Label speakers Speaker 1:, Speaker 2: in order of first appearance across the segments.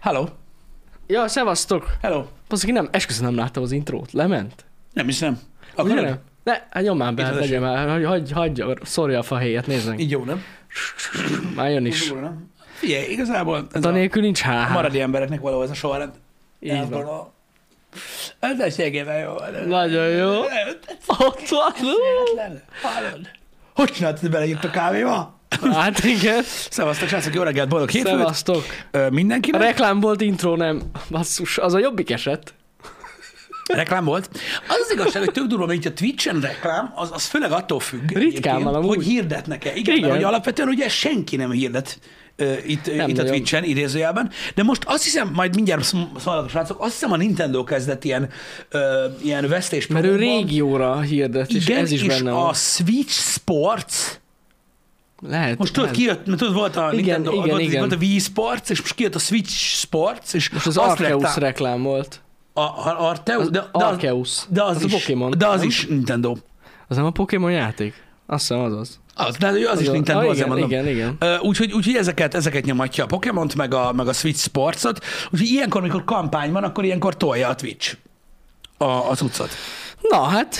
Speaker 1: Hello,
Speaker 2: Ja, szevasztok!
Speaker 1: hello.
Speaker 2: Baszki, nem, esküszöm nem láttam az intrót. Lement?
Speaker 1: Nem hiszem.
Speaker 2: Ugye
Speaker 1: Akarod?
Speaker 2: nem? Ne, hát nyom már be,
Speaker 1: Itt az
Speaker 2: legyen már, hagy, hagy, hagy, szorja a fahéjat, nézd meg.
Speaker 3: Így jó, nem?
Speaker 2: Már jön is.
Speaker 1: Durva, nem? Figyelj, igazából ez
Speaker 2: De
Speaker 1: a,
Speaker 2: nélkül nincs
Speaker 1: a
Speaker 2: há.
Speaker 1: maradi embereknek való ez a sorrend.
Speaker 2: Így van.
Speaker 1: Ez egységében jó.
Speaker 2: Nagyon jó. Ott van.
Speaker 1: Hihetetlen. Hallod? Hogy csináltad bele itt a kávéba?
Speaker 2: Hát igen.
Speaker 1: Szevasztok, srácok, jó reggelt, boldog hétfőt
Speaker 2: Szevasztok.
Speaker 1: Ö,
Speaker 2: A
Speaker 1: mindenkinek.
Speaker 2: reklám volt intro, nem. Basszus, az a jobbik eset.
Speaker 1: Reklám volt. Az az igazság, hogy tök durva, mint a Twitch-en reklám, az, az főleg attól függ, egyébként,
Speaker 2: van amúgy.
Speaker 1: hogy hirdetnek-e. Igen,
Speaker 2: Igen.
Speaker 1: Igen. Mert, hogy alapvetően ugye senki nem hirdet ö, itt,
Speaker 2: Nem
Speaker 1: nem itt a
Speaker 2: nagyon.
Speaker 1: Twitch-en idézőjelben, de most azt hiszem, majd mindjárt szom- szomorok a srácok, azt hiszem a Nintendo kezdett ilyen, ö, ilyen vesztés
Speaker 2: Mert ő régióra hirdet, és
Speaker 1: igen,
Speaker 2: ez is
Speaker 1: és
Speaker 2: benne
Speaker 1: a
Speaker 2: van.
Speaker 1: Switch Sports,
Speaker 2: Lehet.
Speaker 1: most tudod,
Speaker 2: lehet.
Speaker 1: kijött, mert tudod, volt a
Speaker 2: Igen,
Speaker 1: Nintendo,
Speaker 2: igen,
Speaker 1: volt,
Speaker 2: igen.
Speaker 1: volt a Wii Sports, és most kijött a Switch Sports, és
Speaker 2: Most az
Speaker 1: azt lett
Speaker 2: Arceus
Speaker 1: á-
Speaker 2: reklám volt.
Speaker 1: a, a Arteus,
Speaker 2: Az,
Speaker 1: de, de, az,
Speaker 2: Arceus.
Speaker 1: de az,
Speaker 2: az
Speaker 1: is,
Speaker 2: a Pokémon.
Speaker 1: de az
Speaker 2: nem?
Speaker 1: is Nintendo.
Speaker 2: Az nem a Pokémon játék? Azt hiszem az az.
Speaker 1: Az, de az, az is
Speaker 2: az-
Speaker 1: Nintendo,
Speaker 2: ah,
Speaker 1: azért
Speaker 2: igen,
Speaker 1: mondom.
Speaker 2: igen, igen.
Speaker 1: Ö, Úgyhogy, úgyhogy ezeket, ezeket nyomatja a Pokémont, meg a, meg a Switch Sportsot. Úgyhogy ilyenkor, amikor kampány van, akkor ilyenkor tolja a Twitch a, az utcot.
Speaker 2: Na hát,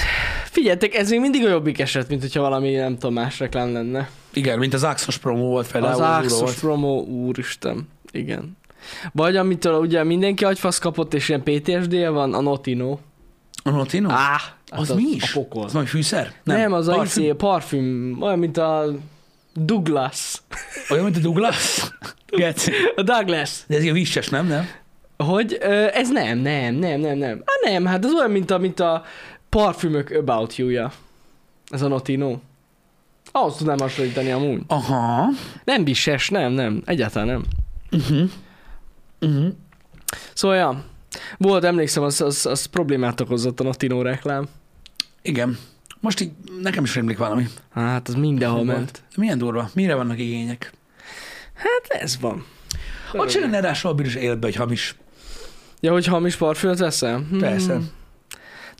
Speaker 2: figyeljetek, ez még mindig a jobbik eset, mint hogyha valami, nem tudom, más reklám lenne.
Speaker 1: Igen, mint az Axos promó volt például.
Speaker 2: az
Speaker 1: durva
Speaker 2: Axos
Speaker 1: volt.
Speaker 2: promo, úristen, igen. Vagy amitől ugye mindenki agyfasz kapott, és ilyen PTSD-je van, a Notino.
Speaker 1: A Notino?
Speaker 2: Á, hát
Speaker 1: az, mi is?
Speaker 2: A pokol.
Speaker 1: Az nagy fűszer?
Speaker 2: nem, nem, az a
Speaker 1: Parfüm?
Speaker 2: izé, parfüm, olyan, mint a Douglas.
Speaker 1: Olyan, mint a Douglas? Geci.
Speaker 2: A Douglas.
Speaker 1: De ez ilyen vízses, nem? nem?
Speaker 2: Hogy ö, ez nem, nem, nem, nem, nem. Á, nem, hát az olyan, mint a, mint a parfümök About You-ja. Ez a Notino. Ahhoz tudnám hasonlítani amúgy.
Speaker 1: Aha.
Speaker 2: Nem bises, nem, nem, egyáltalán nem.
Speaker 1: Uh-huh. Uh-huh.
Speaker 2: Szóval, ja, volt, emlékszem, az, az, az problémát okozott a Notino reklám.
Speaker 1: Igen. Most így nekem is rémlik valami.
Speaker 2: Hát, az mindenhol
Speaker 1: Volt.
Speaker 2: ment.
Speaker 1: Milyen durva? Mire vannak igények?
Speaker 2: Hát ez van.
Speaker 1: Ott se lenne rá soha bűnös életbe, hogy hamis.
Speaker 2: Ja, hogy hamis parfümöt veszel? Hmm.
Speaker 1: Hm. Persze.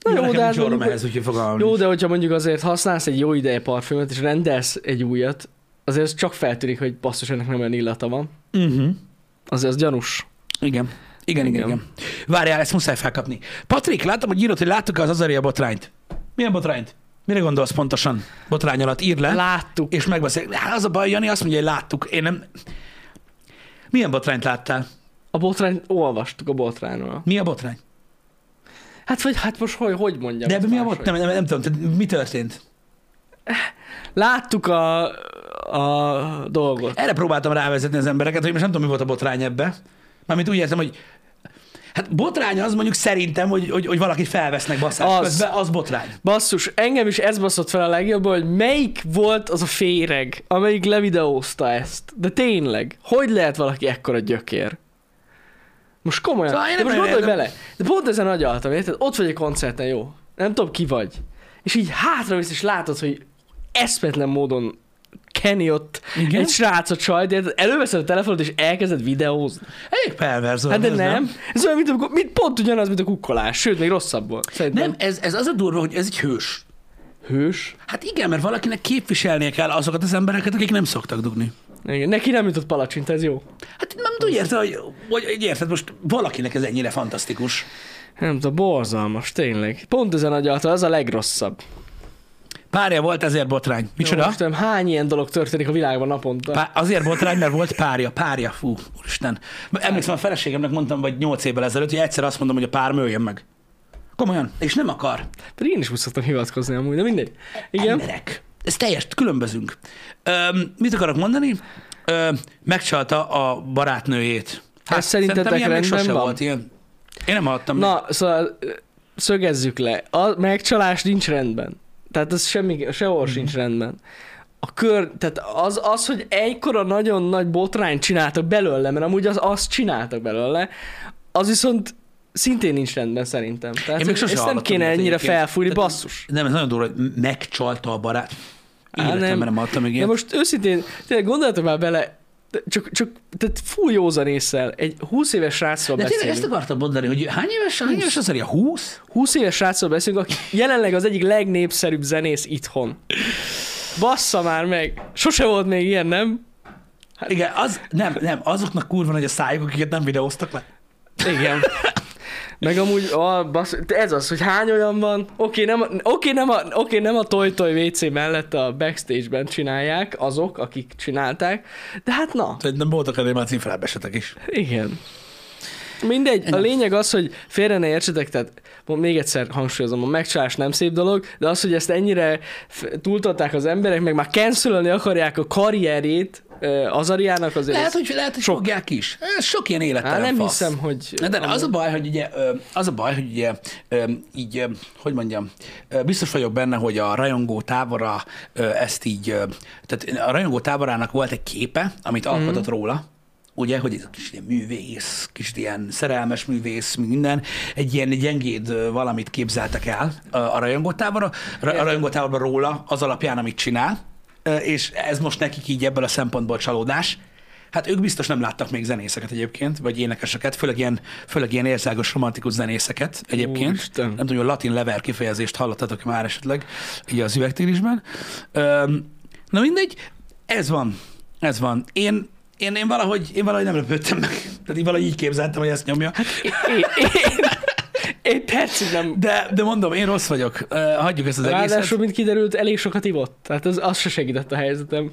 Speaker 2: Na jó, de, hát
Speaker 1: hát
Speaker 2: mondjuk,
Speaker 1: ehhez, úgyhogy fogalmam
Speaker 2: jó,
Speaker 1: nincs.
Speaker 2: de hogyha mondjuk azért használsz egy jó ideje parfümöt, és rendelsz egy újat, azért az csak feltűnik, hogy basszus, ennek nem olyan illata van.
Speaker 1: Uh-huh.
Speaker 2: Azért az gyanús.
Speaker 1: Igen. Igen, igen,
Speaker 2: Mhm. Igen.
Speaker 1: igen. Várjál, ezt muszáj felkapni. Patrik, látom, hogy írod, hogy láttuk-e az Azaria botrányt. Milyen botrányt? Mire gondolsz pontosan? Botrány alatt írd le,
Speaker 2: Láttuk.
Speaker 1: és megbeszéljük. Hát az a baj, Jani azt mondja, hogy láttuk. Én nem... Milyen botrányt láttál?
Speaker 2: A botrány, olvastuk a botrányról.
Speaker 1: Mi a botrány?
Speaker 2: Hát vagy hát most hogy, hogy mondjam?
Speaker 1: De
Speaker 2: ezt
Speaker 1: ebben mi a
Speaker 2: máshogy?
Speaker 1: botrány? Nem, nem, nem tudom, tehát mi történt?
Speaker 2: Láttuk a, a dolgot.
Speaker 1: Erre próbáltam rávezetni az embereket, hogy most nem tudom, mi volt a botrány ebbe. Mármint úgy értem, hogy Hát botrány az mondjuk szerintem, hogy, hogy, hogy valaki felvesznek basszás
Speaker 2: Az.
Speaker 1: az. közben, az botrány.
Speaker 2: Basszus, engem is ez baszott fel a legjobban, hogy melyik volt az a féreg, amelyik levideózta ezt. De tényleg, hogy lehet valaki ekkora gyökér? Most komolyan,
Speaker 1: Szóval én
Speaker 2: de
Speaker 1: nem
Speaker 2: most gondolj
Speaker 1: remélem.
Speaker 2: bele, de pont ezen agyaltam, érted? Ott vagy egy koncerten, jó? Nem tudom, ki vagy. És így hátramész, és látod, hogy eszmetlen módon Kenny ott
Speaker 1: Igen?
Speaker 2: egy srácot sajt, érted? előveszed a telefonot, és elkezded videózni.
Speaker 1: Elég perverz.
Speaker 2: Hát
Speaker 1: olyan,
Speaker 2: de
Speaker 1: ez
Speaker 2: nem. Ez olyan, mint, amikor, mint pont ugyanaz, mint a kukkolás, sőt, még rosszabb volt. Szerintem.
Speaker 1: Nem, ez, ez az a durva, hogy ez egy hős.
Speaker 2: Hős.
Speaker 1: Hát igen, mert valakinek képviselnie kell azokat az embereket, akik nem szoktak dugni.
Speaker 2: Igen, neki nem jutott palacsinta, ez jó.
Speaker 1: Hát nem tudom, érted, hogy, hogy hogy érted, most valakinek ez ennyire fantasztikus.
Speaker 2: Nem tudom, borzalmas, tényleg. Pont ezen agyalta, az a legrosszabb.
Speaker 1: Párja volt, ezért botrány. Micsoda?
Speaker 2: Most nem, hány ilyen dolog történik a világban naponta?
Speaker 1: Pá- azért botrány, mert volt párja, párja, fú, úristen. Emlékszem, a feleségemnek mondtam, vagy nyolc évvel ezelőtt, hogy egyszer azt mondom, hogy a pár möljön meg. Komolyan, és nem akar.
Speaker 2: Pedig én is úgy szoktam hivatkozni amúgy, de mindegy. Igen.
Speaker 1: Emberek. Ez teljes, különbözünk. Öm, mit akarok mondani? Öm, megcsalta a barátnőjét. Hát,
Speaker 2: Ez szerintetek
Speaker 1: szerintem ilyen még
Speaker 2: rendben
Speaker 1: sose
Speaker 2: van?
Speaker 1: Volt ilyen. Én nem hallottam. még.
Speaker 2: Na, szóval ö, szögezzük le. A megcsalás nincs rendben. Tehát ez semmi,
Speaker 1: Mhm.
Speaker 2: sehol sincs rendben. A kör, tehát az, az, hogy egykora nagyon nagy botrányt csináltak belőle, mert amúgy az, azt csináltak belőle, az viszont szintén nincs rendben szerintem. Tehát
Speaker 1: Én még sose
Speaker 2: ezt nem
Speaker 1: hallottam
Speaker 2: kéne
Speaker 1: ilyet
Speaker 2: ennyire
Speaker 1: egyébként.
Speaker 2: felfújni,
Speaker 1: Tehát-
Speaker 2: basszus.
Speaker 1: Nem, ez nagyon durva, hogy m- megcsalta a barát.
Speaker 2: Á,
Speaker 1: Életemben
Speaker 2: nem.
Speaker 1: nem hallottam még
Speaker 2: De
Speaker 1: ilyet.
Speaker 2: most őszintén, tényleg gondoljatok már bele, de csak, csak tehát full józan észsel, egy 20 éves srácról
Speaker 1: De tényleg
Speaker 2: beszélünk.
Speaker 1: ezt akartam mondani, hogy hány éves, hány éves az a 20?
Speaker 2: 20 éves srácról beszélünk, aki jelenleg az egyik legnépszerűbb zenész itthon. Bassza már meg! Sose volt még ilyen, nem?
Speaker 1: Igen, az, nem, nem, azoknak kurva nagy a szájuk, akiket nem videóztak le.
Speaker 2: Igen. Meg amúgy, a, basz, ez az, hogy hány olyan van, oké, nem, a- oké, nem a, oké, nem a Toy Toy WC mellett a backstage-ben csinálják azok, akik csinálták, de hát na,
Speaker 1: Szerintem voltak ennél már címfelábesetek is.
Speaker 2: igen. Mindegy, a lényeg az, hogy félre ne értsetek, tehát mo- még egyszer hangsúlyozom, a megcsalás nem szép dolog, de az, hogy ezt ennyire f- túltolták az emberek, meg már cancelölni akarják a karrierét ö, az Ariának azért.
Speaker 1: Lehet,
Speaker 2: ez-
Speaker 1: hogy, lehet, hogy fogják is. Ez Sok ilyen
Speaker 2: Á,
Speaker 1: élettelen
Speaker 2: nem
Speaker 1: fasz.
Speaker 2: hiszem, hogy...
Speaker 1: Na, de az a baj, hogy ugye, ö, az a baj, hogy ugye, ö, így, ö, hogy mondjam, ö, biztos vagyok benne, hogy a rajongó tábora ö, ezt így, ö, tehát a rajongó táborának volt egy képe,
Speaker 2: Mhm.
Speaker 1: amit alkotott róla, ugye, hogy ez a kis ilyen művész, kis ilyen szerelmes művész, minden, egy ilyen gyengéd ö, valamit képzeltek el a, a rajongótáborra, ra- a rajongótáborban róla az alapján, amit csinál, ö, és ez most nekik így ebből a szempontból csalódás. Hát ők biztos nem láttak még zenészeket egyébként, vagy énekeseket, főleg ilyen, főleg ilyen érzelgos, romantikus zenészeket egyébként.
Speaker 2: Úristen.
Speaker 1: Nem tudom, hogy a latin lever kifejezést hallottatok -e már esetleg, így az üvegtírisben. Öm, na mindegy, ez van, ez van. Én, én, én, valahogy, én valahogy nem lepődtem meg. Tehát így valahogy így képzeltem, hogy ezt nyomja.
Speaker 2: Én, én, én percig nem...
Speaker 1: De, de mondom, én rossz vagyok. Ö, Hagyjuk ezt az egészet.
Speaker 2: Ráadásul, mint kiderült, elég sokat ivott. Tehát az, az se segített a helyzetem.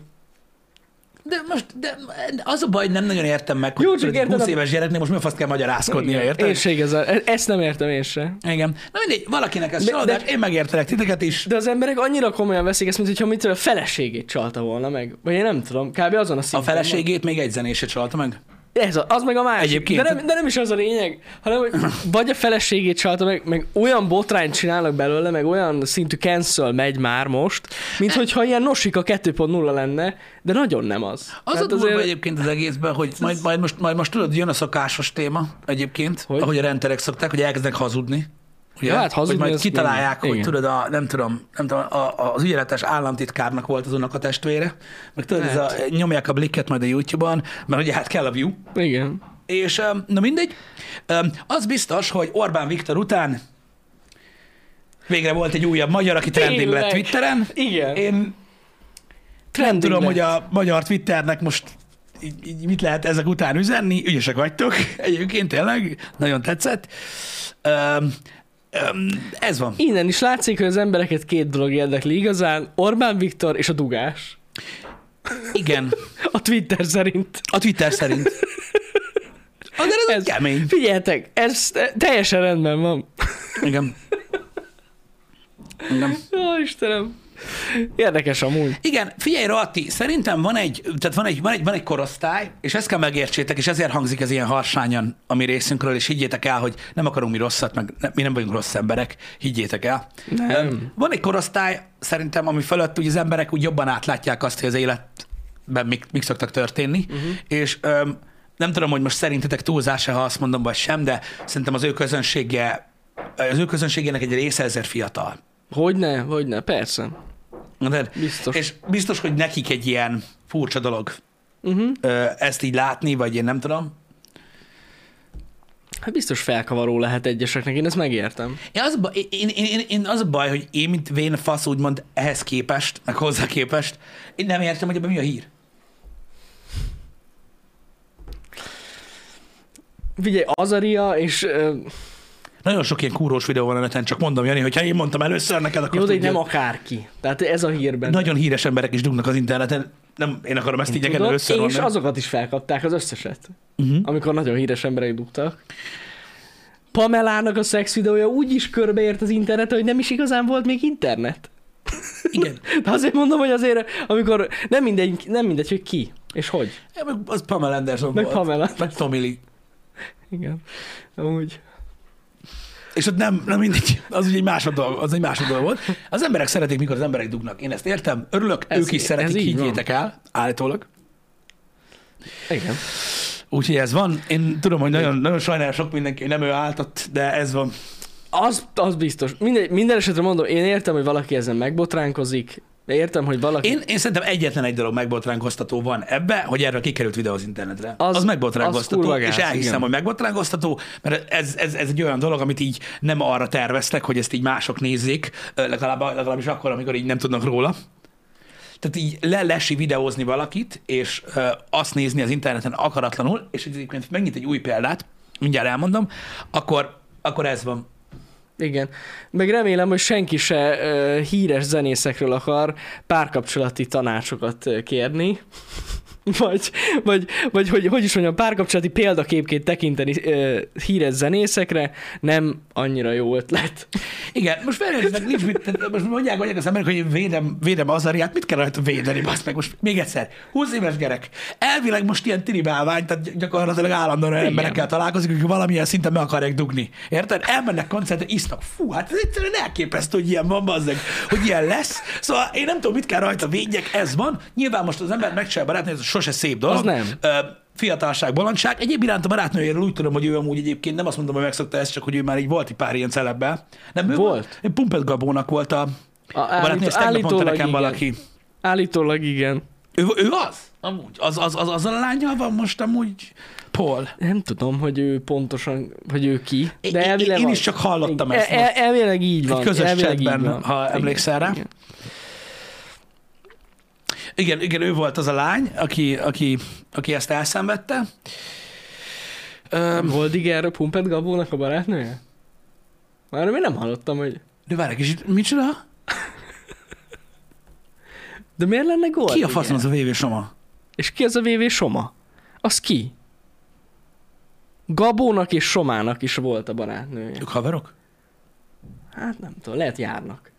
Speaker 1: De most de az a baj, hogy nem nagyon értem meg, hogy
Speaker 2: Jó, csak
Speaker 1: egy
Speaker 2: érted
Speaker 1: 20
Speaker 2: a-
Speaker 1: éves gyereknél most mi a fasz kell magyarázkodnia, érted?
Speaker 2: Én se igazán. E- Ezt nem értem én se.
Speaker 1: Igen. Na mindegy, valakinek ez
Speaker 2: De-
Speaker 1: csalódás, én megértelek titeket is.
Speaker 2: De az emberek annyira komolyan veszik ezt, mintha mitől a feleségét csalta volna meg. Vagy én nem tudom, kb. azon a
Speaker 1: A
Speaker 2: szinten.
Speaker 1: feleségét még egy zenése csalta meg.
Speaker 2: van. Ez a, az meg a másik.
Speaker 1: Egyébként-
Speaker 2: De nem, de nem is az a lényeg, hanem hogy vagy a feleségét csalta meg, meg olyan botrányt csinálnak belőle, meg olyan szintű cancel megy már most, mint hogyha ilyen Nosika 2.0 lenne, de nagyon nem az.
Speaker 1: Az a
Speaker 2: Hát
Speaker 1: durva egyébként az egészben, hogy majd, majd, most, majd most tudod, jön a szakásos téma egyébként,
Speaker 2: Hogy?
Speaker 1: hogy? ahogy a renderek szokták, hogy elkezdenek hazudni. Ugye?
Speaker 2: Ja, hát hazudni
Speaker 1: hogy majd
Speaker 2: az
Speaker 1: kitalálják,
Speaker 2: minden.
Speaker 1: hogy
Speaker 2: Igen.
Speaker 1: tudod, a, nem tudom, nem tudom a, a, az ügyeletes államtitkárnak volt az unok a testvére, meg tudod, ez a, nyomják a blikket majd a YouTube-on, mert ugye hát kell a view.
Speaker 2: Igen.
Speaker 1: És öm, na mindegy, Öm, az biztos, hogy Orbán Viktor után végre volt egy újabb magyar, aki trending lett
Speaker 2: Tényleg.
Speaker 1: Twitteren.
Speaker 2: Igen.
Speaker 1: Én nem
Speaker 2: Trending
Speaker 1: tudom,
Speaker 2: lett.
Speaker 1: hogy a magyar Twitternek most így, így mit lehet ezek után üzenni, ügyesek vagytok, egyébként tényleg, nagyon tetszett. Öm, öm, ez van.
Speaker 2: Innen is látszik, hogy az embereket két dolog érdekli igazán, Orbán Viktor és a dugás.
Speaker 1: Igen,
Speaker 2: A Twitter szerint.
Speaker 1: a Twitter szerint. Azért ez,
Speaker 2: Ez-
Speaker 1: ez kemény.
Speaker 2: Figyeljetek, ez te- teljesen rendben van.
Speaker 1: Igen. Igen.
Speaker 2: Ó, Istenem. Érdekes amúgy.
Speaker 1: Igen, figyelj, Rohatti, szerintem van egy, tehát van egy, van egy, van egy korosztály, és ezt kell megértsétek, és ezért hangzik ez ilyen harsányan a mi részünkről, és higgyétek el, hogy nem akarunk mi rosszat, meg ne, mi nem vagyunk rossz emberek, higgyétek el.
Speaker 2: Nem.
Speaker 1: Van egy korosztály, szerintem, ami fölött úgy az emberek úgy jobban átlátják azt, hogy az életben mik, mik szoktak történni, uh-huh. és öm, nem tudom, hogy most szerintetek túlzás-e, ha azt mondom, vagy sem, de szerintem az ő közönsége, az ő közönségének egy része ezért fiatal.
Speaker 2: Hogyne, hogyne, persze.
Speaker 1: Érted?
Speaker 2: Biztos.
Speaker 1: És biztos, hogy nekik egy ilyen furcsa dolog
Speaker 2: Uh-huh.
Speaker 1: ö, ezt így látni, vagy én nem tudom.
Speaker 2: Hát biztos felkavaró lehet egyeseknek, én ezt megértem.
Speaker 1: Én az, a ba- én, én, én, én az a baj, hogy én, mint vén fasz, úgymond ehhez képest, meg hozzá képest, én nem értem, hogy ebben mi a hír.
Speaker 2: Figyelj, Azaria és... ö,
Speaker 1: Nagyon sok ilyen kúrós videó van a neten, csak mondom, Jani, hogyha én mondtam először neked, akkor
Speaker 2: Jó, de így
Speaker 1: tudjad.
Speaker 2: nem akárki. Tehát ez a hírben.
Speaker 1: Nagyon híres emberek is dugnak az interneten. Nem, én akarom ezt így neked
Speaker 2: Tudod?
Speaker 1: először
Speaker 2: és
Speaker 1: mondani.
Speaker 2: azokat is felkapták, az összeset.
Speaker 1: Mhm.
Speaker 2: amikor nagyon híres emberek dugtak. Pamelának a szex videója úgy is körbeért az internet, hogy nem is igazán volt még internet.
Speaker 1: Igen.
Speaker 2: De azért mondom, hogy azért, amikor nem mindegy, nem mindegy hogy ki és hogy.
Speaker 1: Ja, meg Az Pamela Anderson
Speaker 2: Meg
Speaker 1: volt.
Speaker 2: Pamela.
Speaker 1: Meg Tommy Lee.
Speaker 2: Igen. Amúgy.
Speaker 1: És ott nem, nem mindegy, az ugye egy másodal, az egy másodal volt. Az emberek szeretik, mikor az emberek dugnak. Én ezt értem, örülök,
Speaker 2: Ez
Speaker 1: ez, ők is
Speaker 2: í-
Speaker 1: szeretik,
Speaker 2: ez így
Speaker 1: higgyétek el, állítólag.
Speaker 2: Igen.
Speaker 1: Úgyhogy ez van. Én tudom, hogy nagyon, nagyon sajnálom sok mindenki, hogy nem ő álltott, de ez van.
Speaker 2: Az, az biztos. Minden, minden esetre mondom, én értem, hogy valaki ezen megbotránkozik, értem, hogy valaki...
Speaker 1: Én, én szerintem egyetlen egy dolog megbotránkoztató van ebbe, hogy erről kikerült videó az internetre.
Speaker 2: Az-
Speaker 1: Az, az
Speaker 2: az
Speaker 1: megbotránkoztató,
Speaker 2: kurva
Speaker 1: az és
Speaker 2: gáz,
Speaker 1: elhiszem,
Speaker 2: igen.
Speaker 1: hogy megbotránkoztató, mert ez, ez, ez egy olyan dolog, amit így nem arra terveztek, hogy ezt így mások nézzék, ö, legalább, legalábbis akkor, amikor így nem tudnak róla. tehát így le lesi videózni valakit, és ö, azt nézni az interneten akaratlanul, és egyébként megint egy új példát, mindjárt elmondom, akkor, akkor ez van.
Speaker 2: Igen. Meg remélem, hogy senki se ö, híres zenészekről akar párkapcsolati tanácsokat ö, kérni. Vagy, vagy, vagy hogy, hogy is mondjam, párkapcsolati példaképként tekinteni ö, híres zenészekre nem annyira jó ötlet.
Speaker 1: Igen, most felnéznek, nincs mit, tehát most mondják, mondják az emberek, hogy én védem, védem az ariát, mit kell rajta védeni, bassz meg most még egyszer. 20 éves gyerek. Elvileg most ilyen tiribálvány, tehát gyakorlatilag állandóan olyan emberekkel találkozik, akik valamilyen szinten meg akarják dugni. Érted? Elmennek koncertre, isznak. Fú, hát ez egyszerűen elképesztő, hogy ilyen van, bazzeg, hogy ilyen lesz. Szóval én nem tudom, mit kell rajta védjek, ez van. Nyilván most az ember megcsinálja barátnő, ez sose szép dolog.
Speaker 2: Az nem.
Speaker 1: Ö, fiatalság, bolondság. Egyéb iránt a barátnőjéről úgy tudom, hogy ő amúgy egyébként nem azt mondom, hogy megszokta ezt, csak hogy ő már így volt egy pár ilyen celebben. Nem, ő
Speaker 2: Volt?
Speaker 1: Egy Pumpet Gabónak volt a, a barátnő,
Speaker 2: állító-
Speaker 1: ezt tegnap mondta
Speaker 2: állítólag
Speaker 1: nekem
Speaker 2: igen.
Speaker 1: valaki.
Speaker 2: Állítólag igen.
Speaker 1: Ő, ő az? Amúgy. Az, az, az, azzal a lányjal van most amúgy Paul.
Speaker 2: Nem tudom, hogy ő pontosan, hogy ő ki,
Speaker 1: Én-
Speaker 2: de
Speaker 1: én-
Speaker 2: elvileg
Speaker 1: én
Speaker 2: van.
Speaker 1: is csak hallottam
Speaker 2: Igen. E,
Speaker 1: ezt
Speaker 2: El- el- Elvileg így van.
Speaker 1: Egy közös
Speaker 2: elvileg így
Speaker 1: chatben,
Speaker 2: van.
Speaker 1: ha emlékszel rá.
Speaker 2: Igen.
Speaker 1: Igen, igen, ő volt az a lány, aki, aki, aki ezt elszenvedte. Öm,
Speaker 2: Voldiger Pumpet Gabónak a barátnője? Már még nem hallottam, hogy...
Speaker 1: de várj egy kicsit, micsoda?
Speaker 2: De miért lenne Goldiger?
Speaker 1: Ki a faszom az a VV Soma?
Speaker 2: És ki az a VV Soma? Az ki? Gabónak és Somának is volt a barátnője.
Speaker 1: Ők haverok?
Speaker 2: Hát nem tudom, lehet járnak.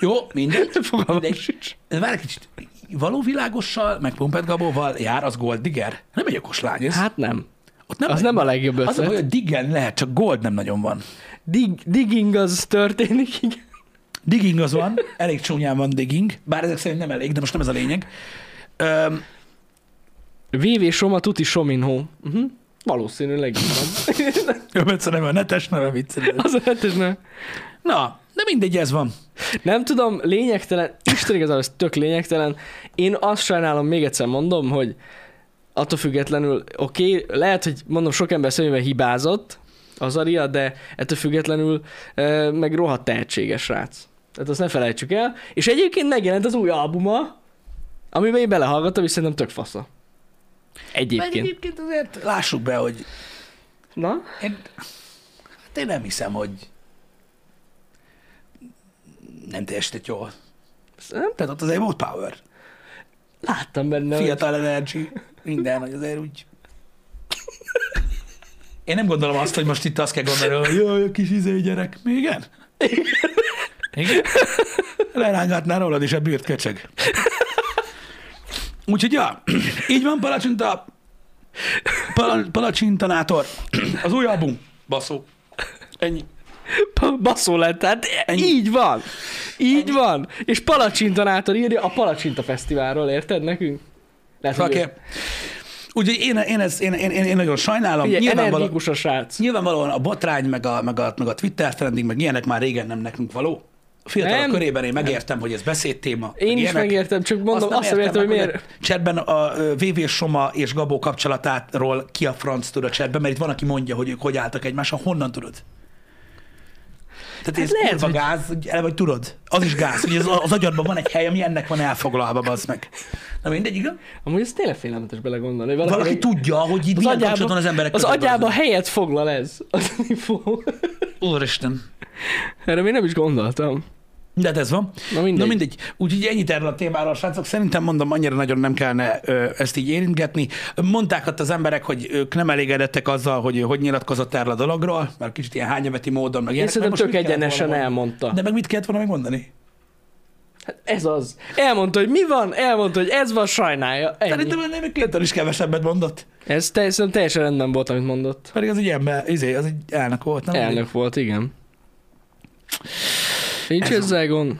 Speaker 1: Jó, mindegy.
Speaker 2: Fogalmam
Speaker 1: Mindegy.
Speaker 2: sincs.
Speaker 1: De Várj egy kicsit. Való világossal, meg Pumpet Gabóval jár, az Gold Digger? Nem egy okos lány ez.
Speaker 2: Hát nem.
Speaker 1: Ott nem
Speaker 2: Az nem a legjobb
Speaker 1: az, a baj,
Speaker 2: ötlet.
Speaker 1: hogy Diggen lehet, csak Gold nem nagyon van.
Speaker 2: Dig, digging az történik, igen.
Speaker 1: Digging az van, elég csúnyán van digging, bár ezek szerint nem elég, de most nem ez a lényeg. Öm,
Speaker 2: VV Soma tuti Sominho. Uh-huh. Valószínűleg így van.
Speaker 1: jobb egyszer nem a netes, nem a viccelő.
Speaker 2: Az a hetes nem.
Speaker 1: Na, de mindegy, ez van.
Speaker 2: Nem tudom, lényegtelen, Isten igazából ez tök lényegtelen. Én azt sajnálom, még egyszer mondom, hogy attól függetlenül, oké, okay, lehet, hogy mondom, sok ember szemében hibázott az Aria, de ettől függetlenül eh, meg rohadt tehetséges rác. Tehát azt ne felejtsük el. És egyébként megjelent az új albuma, amiben én belehallgattam, és szerintem tök fasza.
Speaker 1: Meg
Speaker 2: Egyébként.
Speaker 1: egyébként azért lássuk be, hogy
Speaker 2: Na?
Speaker 1: én, hát én nem hiszem, hogy nem teljesített jól.
Speaker 2: Szerintem
Speaker 1: Tehát ott azért volt power.
Speaker 2: Láttam benne, hogy
Speaker 1: Fiatal energy, minden, hogy azért úgy... Én nem gondolom azt, hogy most itt azt kell gondolni, hogy jaj, a kis izé gyerek. Mi igen? Igen? Lerángatná rólad is a bűrt köcsög. Úgyhogy ja, így van palacsinta, pala, palacsintanátor, az új album, baszó. Ennyi.
Speaker 2: ba- baszó lett, hát
Speaker 1: Ennyi.
Speaker 2: így van. Így Ennyi. van. És palacsintanátor írja a Palacsinta Fesztiválról, érted nekünk? Lehet, hogy
Speaker 1: Oké.
Speaker 2: ő-
Speaker 1: Úgyhogy én, én, ez, én, én, én, én nagyon sajnálom.
Speaker 2: Figyelj,
Speaker 1: Nyilvánvaló-
Speaker 2: energikus a srác.
Speaker 1: Nyilvánvalóan a botrány, meg a, meg a, meg a Twitter trending, meg ilyenek már régen nem nekünk való. A fiatalok
Speaker 2: Nem.
Speaker 1: körében én megértem, hogy ez beszédtéma.
Speaker 2: Én
Speaker 1: meg
Speaker 2: is
Speaker 1: ilyenek.
Speaker 2: megértem, csak mondom, azt nem értem,
Speaker 1: meg,
Speaker 2: hogy miért...
Speaker 1: a Chatben a ö, VV Soma és Gabó kapcsolatáról ki a franc tud a chatben, mert itt van, aki mondja, hogy ők hogy álltak egymással, honnan tudod? Tehát ez
Speaker 2: Hát lehet,
Speaker 1: lehet, hogy...
Speaker 2: hogy-
Speaker 1: gáz, hogy el vagy tudod. Az is gáz, hogy az, az agyadban van egy hely, ami ennek van elfoglalva, bazd meg. Na mindegy, igaz?
Speaker 2: Amúgy ez tényleg félelmetes belegondolni. hogy
Speaker 1: Valaki tudja, hogy itt
Speaker 2: az
Speaker 1: milyen
Speaker 2: agyába,
Speaker 1: kapcsolat van az emberek
Speaker 2: az
Speaker 1: között, bazd
Speaker 2: agyába
Speaker 1: meg.
Speaker 2: helyet foglal ez. Az info.
Speaker 1: Úristen.
Speaker 2: Erre még nem is gondoltam.
Speaker 1: De hát ez van.
Speaker 2: Na mindegy.
Speaker 1: Na mindegy. Úgyhogy ennyit erről a témáról, srácok. Szerintem mondom, annyira nagyon nem kellene ö, ezt így érintgetni. Mondták ott az emberek, hogy ők nem elégedettek azzal, hogy ő hogy nyilatkozott erről a dologról, mert kicsit ilyen hányaveti módon. Meg
Speaker 2: Én
Speaker 1: ilyenek.
Speaker 2: szerintem
Speaker 1: Meg
Speaker 2: tök
Speaker 1: most mit kellett
Speaker 2: egyenesen
Speaker 1: volna
Speaker 2: elmondta.
Speaker 1: mondani? De meg mit kellett volna megmondani?
Speaker 2: Hát ez az. Elmondta, hogy mi van, elmondta, hogy ez van, sajnálja. Ennyi.
Speaker 1: Szerintem nem Clinton is kevesebbet mondott.
Speaker 2: Ez te, szerintem teljesen rendben volt, amit mondott.
Speaker 1: Pedig az egy ember, izé, az egy elnök volt. Nem?
Speaker 2: Elnök volt, igen. Nincs ezzel gond.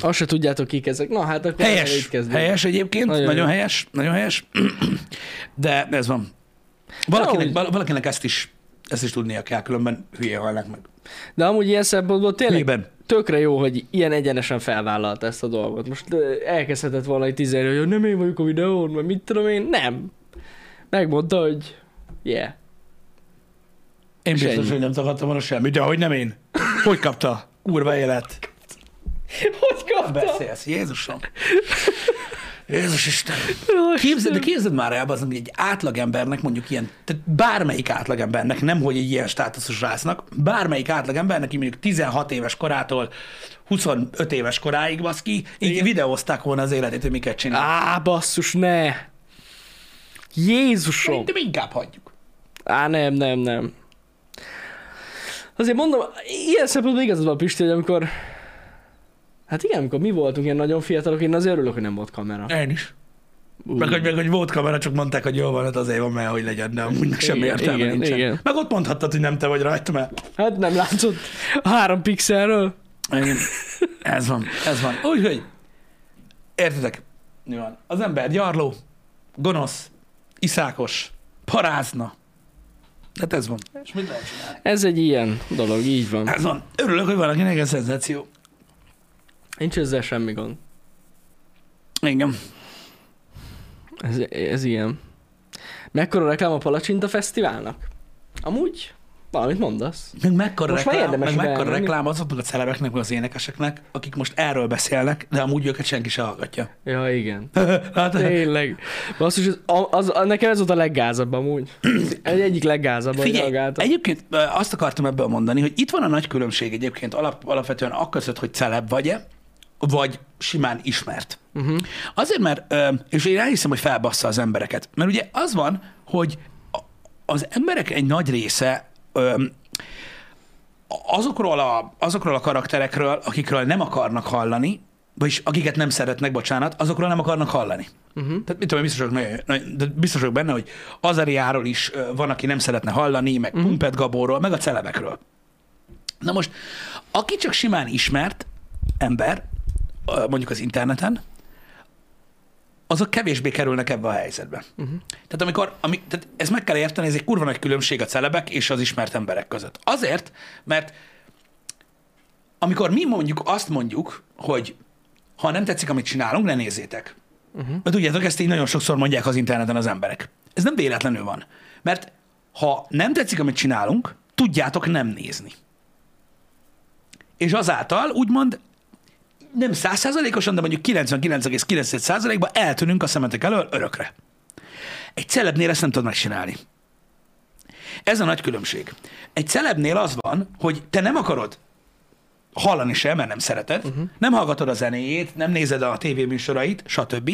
Speaker 2: Azt se tudjátok, kik ezek. Na hát akkor
Speaker 1: Helyes.
Speaker 2: elítkezdünk.
Speaker 1: Helyes egyébként.
Speaker 2: Nagyon
Speaker 1: Nagyon,
Speaker 2: jó.
Speaker 1: helyes. Nagyon helyes. De ez van. Valakinek,
Speaker 2: úgy.
Speaker 1: val- valakinek ezt is ezt is tudnia kell, különben hülye halnak meg.
Speaker 2: De amúgy ilyen szempontból tényleg
Speaker 1: Hülyében.
Speaker 2: tökre jó, hogy ilyen egyenesen felvállalta ezt a dolgot. Most ö, elkezdhetett volna itt izélni, hogy nem én vagyok a videón, vagy mit tudom én. Nem. Megmondta, hogy yeah.
Speaker 1: Én
Speaker 2: És
Speaker 1: biztos,
Speaker 2: ennyi.
Speaker 1: hogy nem tagadtam volna semmit, de hogy nem én. Hogy kapta? Kurva élet.
Speaker 2: Hogy kapta?
Speaker 1: beszélsz? Jézusom! Jézus Isten! Képzeld, de képzeld már el, az, hogy egy átlagembernek, mondjuk ilyen, tehát bármelyik átlagembernek, nem hogy egy ilyen státuszú srácnak, bármelyik átlagembernek, így mondjuk 16 éves korától 25 éves koráig, baszki, így
Speaker 2: Igen.
Speaker 1: videózták volna az életét, hogy miket csinál.
Speaker 2: Á, basszus, ne! Jézusom!
Speaker 1: Szerintem inkább hagyjuk.
Speaker 2: Á, nem, nem, nem. Azért mondom, ilyen szempontból igazad van, Pisti, hogy amikor... Hát igen, amikor mi voltunk ilyen nagyon fiatalok, én azért örülök, hogy nem volt kamera.
Speaker 1: Én is.
Speaker 2: Ú,
Speaker 1: Meg hogy, meg, hogy volt kamera, csak mondták, hogy jó van, hát azért van, mert hogy legyen, de amúgy meg semmi
Speaker 2: Igen,
Speaker 1: értelme
Speaker 2: igen,
Speaker 1: nincsen.
Speaker 2: igen.
Speaker 1: Meg ott mondhattad, hogy nem te vagy rajta, mert...
Speaker 2: Hát nem látszott a három pixelről.
Speaker 1: Igen. Ez van, ez van. Úgyhogy, értitek, mi van? Az ember gyarló, gonosz, iszákos, parázna. Hát ez van. És mit lehet csinálni?
Speaker 2: Ez egy ilyen dolog, így van.
Speaker 1: Ez van. Örülök, hogy valakinek ez szenzáció.
Speaker 2: Nincs ezzel semmi gond.
Speaker 1: Igen.
Speaker 2: Ez, ez ilyen. Mekkora reklám a Palacsinta Fesztiválnak? Amúgy valamit mondasz.
Speaker 1: Meg mekkora
Speaker 2: Most már
Speaker 1: reklám,
Speaker 2: érdemes
Speaker 1: meg mekkora
Speaker 2: beállni.
Speaker 1: reklám azoknak a celebeknek, meg az énekeseknek, akik most erről beszélnek, de amúgy őket senki se hallgatja. Hát,
Speaker 2: Ja, igen.
Speaker 1: Látod?
Speaker 2: Tényleg. Basszus, az, az, az, nekem ez volt a leggázabb amúgy. Egy, egyik leggázabb, hogy
Speaker 1: Figyelj,
Speaker 2: reagáltam.
Speaker 1: egyébként ö, azt akartam ebből mondani, hogy itt van a nagy különbség egyébként alap, alapvetően akközött, hogy celeb vagy-e, vagy simán ismert. Uh-huh. Azért, mert, ö, és én elhiszem, hogy felbassza az embereket. Mert ugye az van, hogy a- az emberek egy nagy része ö, azokról a, azokról a karakterekről, akikről nem akarnak hallani, vagyis akiket nem szeretnek, bocsánat, azokról nem akarnak hallani. Uh-huh. Tehát mit tudom, én, biztos vagyok, nagyon, nagyon, de biztos vagyok benne, hogy Azariáról is ö, van, aki nem szeretne hallani, meg uh-huh. Pumpet Gabóról, meg a celebekről. Na most, aki csak simán ismert ember, ö, mondjuk az interneten, azok kevésbé kerülnek ebbe a helyzetbe. Uh-huh. Tehát amikor, ami, tehát ezt meg kell érteni, ez egy kurva nagy különbség a celebek és az ismert emberek között. Azért, mert amikor mi mondjuk azt mondjuk, hogy ha nem tetszik, amit csinálunk, ne nézzétek. Uh-huh. De tudjátok, ezt így nagyon sokszor mondják az interneten az emberek. Ez nem véletlenül van. Mert ha nem tetszik, amit csinálunk, tudjátok nem nézni. És azáltal úgymond nem százszázalékosan, de mondjuk 99,9%-ban eltűnünk a szemetek elől örökre. Egy celebnél ezt nem tudod megcsinálni. Ez a nagy különbség. Egy celebnél az van, hogy te nem akarod hallani sem, mert nem szereted, uh-huh. nem hallgatod a zenéjét, nem nézed a tévéműsorait, stb.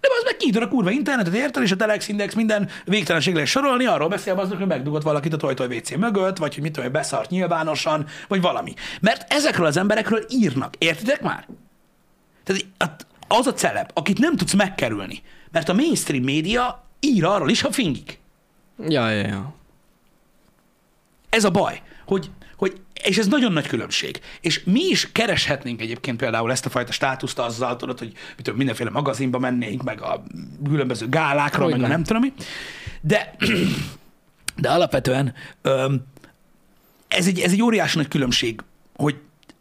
Speaker 1: De az meg kinyitod a kurva internetet, érted, és a Telex Index minden végtelenség lehet sorolni, arról beszél azok, hogy megdugott valakit a Tojtoj WC mögött, vagy hogy mit tudom, én, beszart nyilvánosan, vagy valami. Mert ezekről az emberekről írnak, értitek már? Tehát a- az a celeb, akit nem tudsz megkerülni, mert a mainstream média ír arról is, ha fingik.
Speaker 2: Ja, ja, ja.
Speaker 1: Ez a baj, hogy, hogy és ez nagyon nagy különbség. És mi is kereshetnénk egyébként például ezt a fajta státuszt azzal, tudod, hogy mit tudom, mindenféle magazinba mennénk, meg a különböző gálákra,
Speaker 2: Hogy
Speaker 1: meg
Speaker 2: nem.
Speaker 1: a nem tudom mi. De, de alapvetően öm, ez egy, ez egy óriási nagy különbség, hogy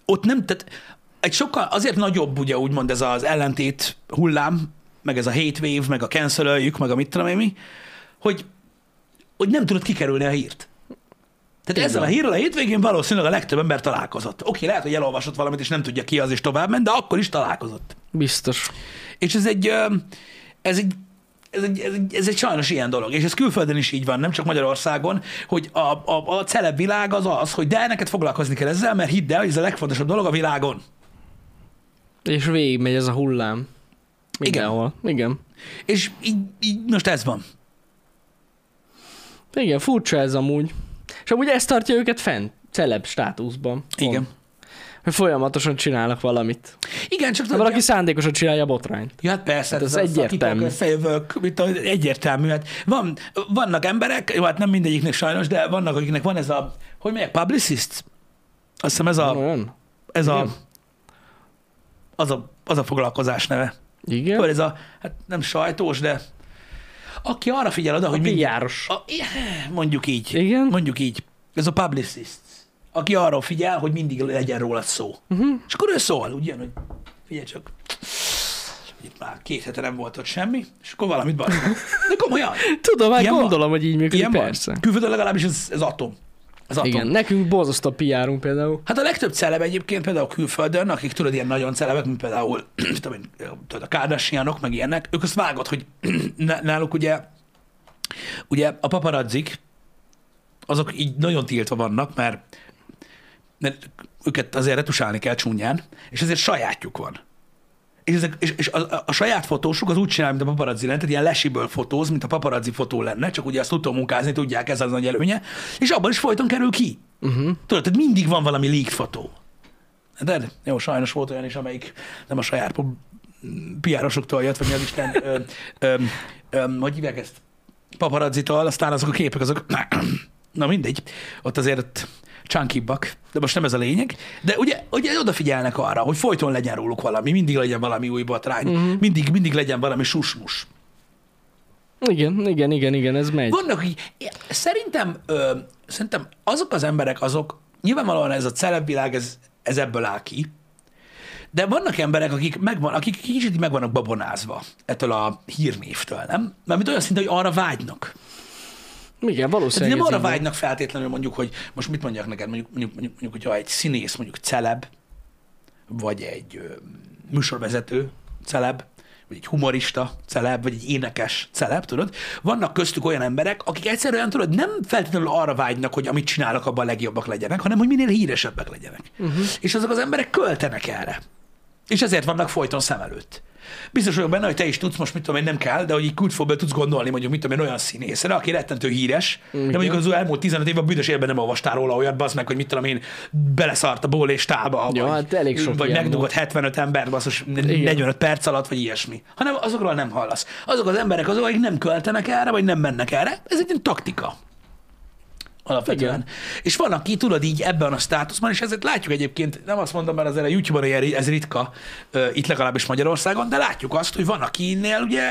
Speaker 1: ott nem, tehát egy sokkal, azért nagyobb ugye úgymond ez az ellentét hullám, meg ez a hate wave, meg a cancelöljük, meg a mit tudom én mi, hogy, hogy nem tudod kikerülni a hírt. Tehát
Speaker 2: Így
Speaker 1: ezzel a
Speaker 2: van.
Speaker 1: hírrel a hétvégén valószínűleg a legtöbb ember találkozott. Oké, lehet, hogy elolvasott valamit, és nem tudja ki az, és tovább ment, de akkor is találkozott.
Speaker 2: Biztos.
Speaker 1: És ez egy, ö, ez egy ez egy, ez, egy, ez egy sajnos ilyen dolog, és ez külföldön is így van, nem csak Magyarországon, hogy a, a, a celeb világ az az, hogy de neked foglalkozni kell ezzel, mert hidd el, hogy ez a legfontosabb dolog a világon.
Speaker 2: És végigmegy ez a hullám. Mindenhol. Igen.
Speaker 1: És így, így most ez van.
Speaker 2: Igen, igen furcsa ez amúgy. És amúgy ez tartja őket fent, celeb státuszban. Pont.
Speaker 1: Igen.
Speaker 2: Hogy folyamatosan csinálnak valamit.
Speaker 1: Igen, csak
Speaker 2: Ha
Speaker 1: tudod,
Speaker 2: valaki szándékosan csinálja a botrányt.
Speaker 1: Ja, hát persze,
Speaker 2: Hát
Speaker 1: hát az,
Speaker 2: az
Speaker 1: az
Speaker 2: egyértelmű.
Speaker 1: egyértelmű. Összejövök, mit tudom, egyértelmű. Hát van, vannak emberek, jó, hát nem mindegyiknek sajnos, de vannak, akiknek van ez a, hogy mondják, publicist? Azt hiszem ez
Speaker 2: Van
Speaker 1: a,
Speaker 2: olyan?
Speaker 1: ez a,
Speaker 2: Igen.
Speaker 1: az a, az a foglalkozás neve.
Speaker 2: Igen?
Speaker 1: Tudod, ez a, hát nem sajtós, de aki arra figyel oda, hogy
Speaker 2: Hogy
Speaker 1: mindig,
Speaker 2: járos.
Speaker 1: a, mondjuk így,
Speaker 2: Igen?
Speaker 1: mondjuk így, ez a publicist, aki arra figyel, hogy mindig legyen róla szó.
Speaker 2: Mhm.
Speaker 1: Uh-huh. És akkor ő szól, úgy jön, hogy figyelj csak, itt már két hete nem volt ott semmi, és akkor valamit barom. De komolyan,
Speaker 2: Tudom, hát
Speaker 1: Ilyen van?
Speaker 2: gondolom, hogy így működik,
Speaker 1: ilyen van.
Speaker 2: persze.
Speaker 1: Külföldön legalábbis ez, ez atom. Ez attól.
Speaker 2: Igen,
Speaker 1: Igen.
Speaker 2: nekünk borzasztó PR-unk például.
Speaker 1: Hát a legtöbb celeb egyébként például külföldön, akik tudod, ilyen nagyon celebek, mint például tudom, én, tudod, a Kardashianok, meg ilyenek, ők azt vágod, hogy náluk ugye, ugye a paparazzik, azok így nagyon tiltva vannak, mert, mert őket azért retusálni kell csúnyán, és ezért sajátjuk van. És, ezek, és, és a, a, a saját fotósuk az úgy csinál, mint a paparazzi lenne, tehát ilyen lesiből fotóz, mint a paparazzi fotó lenne, csak ugye azt utómunkázni tudják, ez az nagy előnye, és abban is folyton kerül ki. Uh-huh. Tudod, tehát mindig van valami leaked fotó. De jó, sajnos volt olyan is, amelyik nem a saját pub- piárosoktól jött, vagy mi az Isten, ö, ö, ö, hogy hívják ezt, paparazzitól, aztán azok a képek, azok, na mindegy, ott azért csunkibbak, de most nem ez a lényeg, de ugye, ugye odafigyelnek arra, hogy folyton legyen róluk valami, mindig legyen valami új botrány, uh-huh. mindig, mindig legyen valami susmus.
Speaker 2: Igen, igen, igen, igen, ez megy.
Speaker 1: Vannak, így- szerintem, ö, szerintem azok az emberek, azok, nyilvánvalóan ez a celebvilág, ez, ez ebből áll ki, de vannak emberek, akik, megvan, akik kicsit meg vannak babonázva ettől a hírnévtől, nem? Mert olyan szinte, hogy arra vágynak.
Speaker 2: Igen,
Speaker 1: Tehát
Speaker 2: valószínűleg.
Speaker 1: nem
Speaker 2: ez
Speaker 1: arra
Speaker 2: így van.
Speaker 1: vágynak feltétlenül mondjuk, hogy most mit mondjak neked, mondjuk, mondjuk, mondjuk, mondjuk hogyha egy színész, mondjuk celeb, vagy egy ö, műsorvezető celeb, vagy egy humorista celeb, vagy egy énekes celeb, tudod? Vannak köztük olyan emberek, akik egyszerűen, tudod, nem feltétlenül arra vágynak, hogy amit csinálnak, abban a legjobbak legyenek, hanem hogy minél híresebbek legyenek. Uh-huh. És azok az emberek költenek erre. És ezért vannak folyton szem előtt. Biztos vagyok benne, hogy te is tudsz, most mit tudom én, nem kell, de hogy így kultfóbbel tudsz gondolni, mondjuk, mit tudom én, olyan színészre, aki rettentő híres, de mondjuk az elmúlt 15 évben büdös életben nem olvastál róla olyat, bazd meg, hogy mit tudom én, beleszart a ból és tába,
Speaker 2: Ja,
Speaker 1: vagy,
Speaker 2: hát elég sok
Speaker 1: vagy
Speaker 2: ilyen
Speaker 1: megdugott 75 ember, basszus, 45 perc alatt, vagy ilyesmi. Hanem azokról nem hallasz. Azok az emberek azok, akik nem költenek erre, vagy nem mennek erre, ez egy ilyen taktika alapvetően. Igen.
Speaker 2: Igen.
Speaker 1: És van, aki tudod így ebben a státuszban, és ezért látjuk egyébként, nem azt mondom, mert azért a YouTube-on ilyen ri- ez ritka, ö, itt legalábbis Magyarországon, de látjuk azt, hogy van, akinél ugye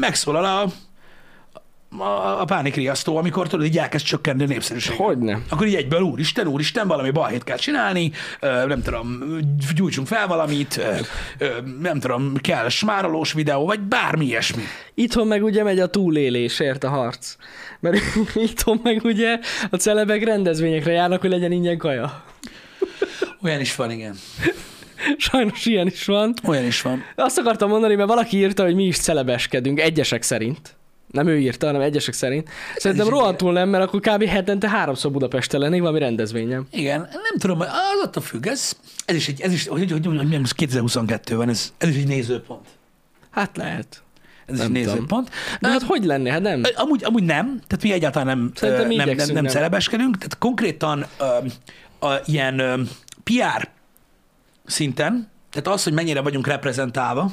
Speaker 1: megszólal a, a, a pánikriasztó, amikor tudod, így elkezd csökkenni a népszerűség.
Speaker 2: Hogyne.
Speaker 1: Akkor így egyből, úristen, úristen, valami balhét kell csinálni, ö, nem tudom, gyújtsunk fel valamit, ö, ö, nem tudom, kell smárolós videó, vagy bármi ilyesmi.
Speaker 2: Itthon meg ugye megy a túlélésért a harc. Mert itthon meg ugye a celebek rendezvényekre járnak, hogy legyen ingyen kaja.
Speaker 1: Olyan is van, igen.
Speaker 2: Sajnos ilyen is van.
Speaker 1: Olyan is van.
Speaker 2: Azt akartam mondani, mert valaki írta, hogy mi is celebeskedünk, egyesek szerint. Nem ő írta, hanem egyesek szerint. Szerintem
Speaker 1: is egy-
Speaker 2: rohadtul nem, mert akkor kb. hetente háromszor Budapesten lennék valami rendezvényem.
Speaker 1: Igen, nem tudom, hogy az attól függ, ez, ez is egy, ez is, hogy, hogy, hogy, hogy most 2022 van, ez, ez is egy nézőpont.
Speaker 2: Hát lehet.
Speaker 1: Ez is
Speaker 2: Nem
Speaker 1: egy
Speaker 2: tudom.
Speaker 1: nézőpont.
Speaker 2: De hát hogy lenne? Hát nem.
Speaker 1: Ö, Amúgy, amúgy nem, tehát mi egyáltalán nem, ö,
Speaker 2: Szerintem mi
Speaker 1: nem, nem,
Speaker 2: igyekszünk,
Speaker 1: nem
Speaker 2: nem.
Speaker 1: celebeskedünk, tehát konkrétan ö, a, ilyen ö, PR szinten, tehát az, hogy mennyire vagyunk reprezentálva,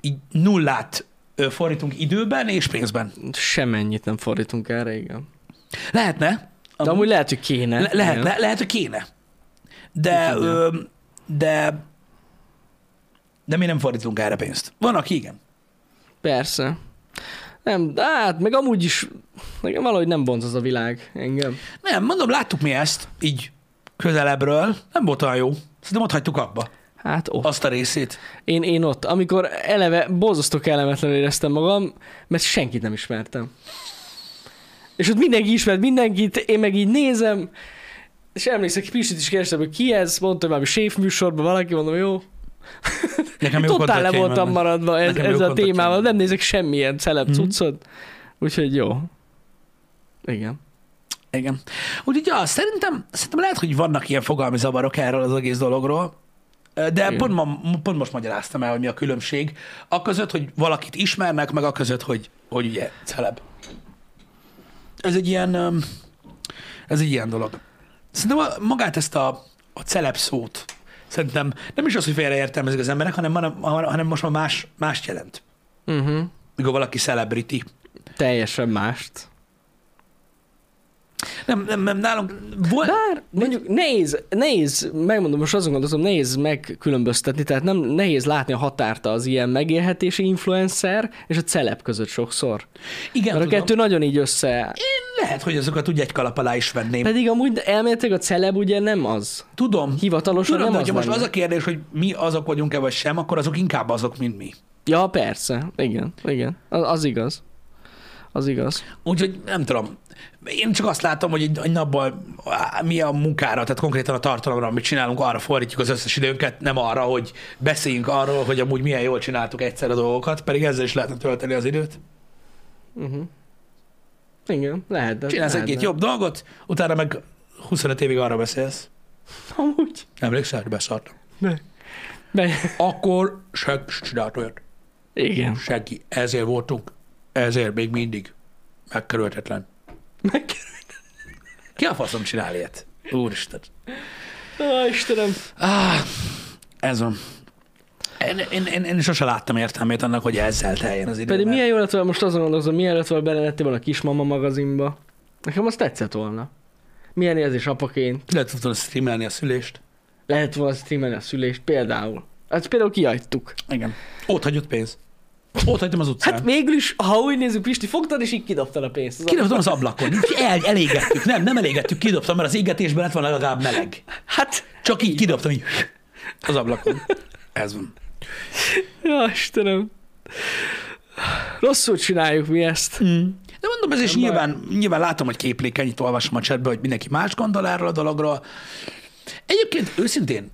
Speaker 1: így nullát ö, fordítunk időben és pénzben.
Speaker 2: Semennyit nem fordítunk erre, igen.
Speaker 1: Lehetne,
Speaker 2: De amúgy lehet, hogy kéne.
Speaker 1: Le- lehet,
Speaker 2: igen.
Speaker 1: le- lehet, hogy kéne. De,
Speaker 2: Ki tudja.
Speaker 1: ö, de, de mi nem fordítunk erre pénzt. Van, aki igen.
Speaker 2: Persze. Nem, de hát meg amúgy is, nekem valahogy nem vonz az a világ engem.
Speaker 1: Nem, mondom, láttuk mi ezt így közelebbről. Nem volt olyan jó. Szerintem ott hagytuk abba
Speaker 2: Hát ott.
Speaker 1: azt a részét.
Speaker 2: Én, én ott, amikor eleve borzasztó kellemetlenül éreztem magam, mert senkit nem ismertem. És ott mindenki ismert mindenkit, én meg így nézem, és emlékszek, Pistit is kerestem, hogy ki ez, mondta, hogy valami séf műsorban valaki, mondom, jó.
Speaker 1: Nekem jó
Speaker 2: Totál le
Speaker 1: kontaktjaim
Speaker 2: voltam
Speaker 1: vannak.
Speaker 2: maradva ez,
Speaker 1: Nekem jó
Speaker 2: ez a
Speaker 1: kontaktjaim
Speaker 2: témával,
Speaker 1: vannak.
Speaker 2: nem nézek semmilyen celeb
Speaker 1: Mhm.
Speaker 2: cuccot, úgyhogy jó. Igen.
Speaker 1: Igen. Úgyhogy ja, szerintem, szerintem lehet, hogy vannak ilyen fogalmi zavarok erről az egész dologról, de
Speaker 2: Igen.
Speaker 1: pont, ma, pont most magyaráztam el, hogy mi a különbség. Aközött, hogy valakit ismernek, meg aközött, hogy, hogy ugye celeb. Ez egy ilyen, öm, ez egy ilyen dolog. Szerintem a- magát ezt a, a celeb szót, szerintem nem is az, hogy félreértelmezik az emberek, hanem, hanem, hanem most már más, mást jelent.
Speaker 2: Uh-huh.
Speaker 1: Mikor valaki celebrity.
Speaker 2: Teljesen mást.
Speaker 1: Nem, nem, nem nálunk volt...
Speaker 2: Bár mondjuk nehéz, nehéz, megmondom, most azon gondolkozom, nehéz megkülönböztetni, tehát nem nehéz látni a határt az ilyen megélhetési influencer és a celeb között sokszor.
Speaker 1: Igen,
Speaker 2: Mert a
Speaker 1: tudom.
Speaker 2: kettő nagyon így össze.
Speaker 1: Lehet, hogy azokat úgy egy kalap alá is venném.
Speaker 2: Pedig amúgy elméletileg a celeb ugye nem az.
Speaker 1: Tudom.
Speaker 2: Hivatalosan
Speaker 1: Tudom, de
Speaker 2: nem
Speaker 1: hogyha
Speaker 2: az
Speaker 1: most
Speaker 2: lenne.
Speaker 1: az a kérdés, hogy mi azok vagyunk-e vagy sem, akkor azok inkább azok, mint mi.
Speaker 2: Ja, persze, igen, igen, az, az igaz. Az igaz.
Speaker 1: Úgyhogy nem tudom. Én csak azt látom, hogy egy, egy napban á, mi a munkára, tehát konkrétan a tartalomra, amit csinálunk, arra fordítjuk az összes időnket, nem arra, hogy beszéljünk arról, hogy amúgy milyen jól csináltuk egyszer a dolgokat, pedig ezzel is lehetne tölteni az időt.
Speaker 2: Uh-huh. Igen, lehet. de-
Speaker 1: Csinálsz
Speaker 2: lehet,
Speaker 1: egy-két
Speaker 2: de-
Speaker 1: jobb dolgot, utána meg 25 évig arra beszélsz.
Speaker 2: Amúgy.
Speaker 1: Emlékszel, hogy beszartam.
Speaker 2: Be...
Speaker 1: Akkor senki sem csinált olyat.
Speaker 2: Igen.
Speaker 1: Senki. Ezért voltunk, ezért még mindig megkerülhetetlen.
Speaker 2: Meg...
Speaker 1: Ki a faszom csinál ilyet? Úristen.
Speaker 2: Á, Istenem.
Speaker 1: Ah, ez van. Én, én, én, én sose láttam értelmét annak, hogy ezzel teljen az idő.
Speaker 2: Pedig
Speaker 1: mert-
Speaker 2: milyen jó lett volna, most azon gondolkozom, milyen lett volna bele lettél volna a kismama magazinba. Nekem az tetszett volna. Milyen érzés apaként.
Speaker 1: Lehet tudtam streamelni a szülést.
Speaker 2: Lehet volna streamelni a szülést például. Hát például kihagytuk.
Speaker 1: Igen. Ott hagyott pénz. Ott hagytam az utcán.
Speaker 2: Hát
Speaker 1: Hát,
Speaker 2: végül is, ha úgy nézzük, Pisti fogtad, és így kidobtad a pénzt. Az
Speaker 1: Kidobtam az ablakon. El, elégettük. Nem, nem elégettük, kidobtam, mert az égetésben lett volna legalább meleg.
Speaker 2: Hát,
Speaker 1: Csak így kidobtam, így az ablakon. Ez van.
Speaker 2: ja, Istenem. Rosszul csináljuk mi ezt.
Speaker 1: Mm. De mondom, ez is
Speaker 2: Nem baj.
Speaker 1: nyilván, nyilván látom, hogy képlék, ennyit olvasom a csetbe, hogy mindenki más gondol erről a dologról. Egyébként őszintén,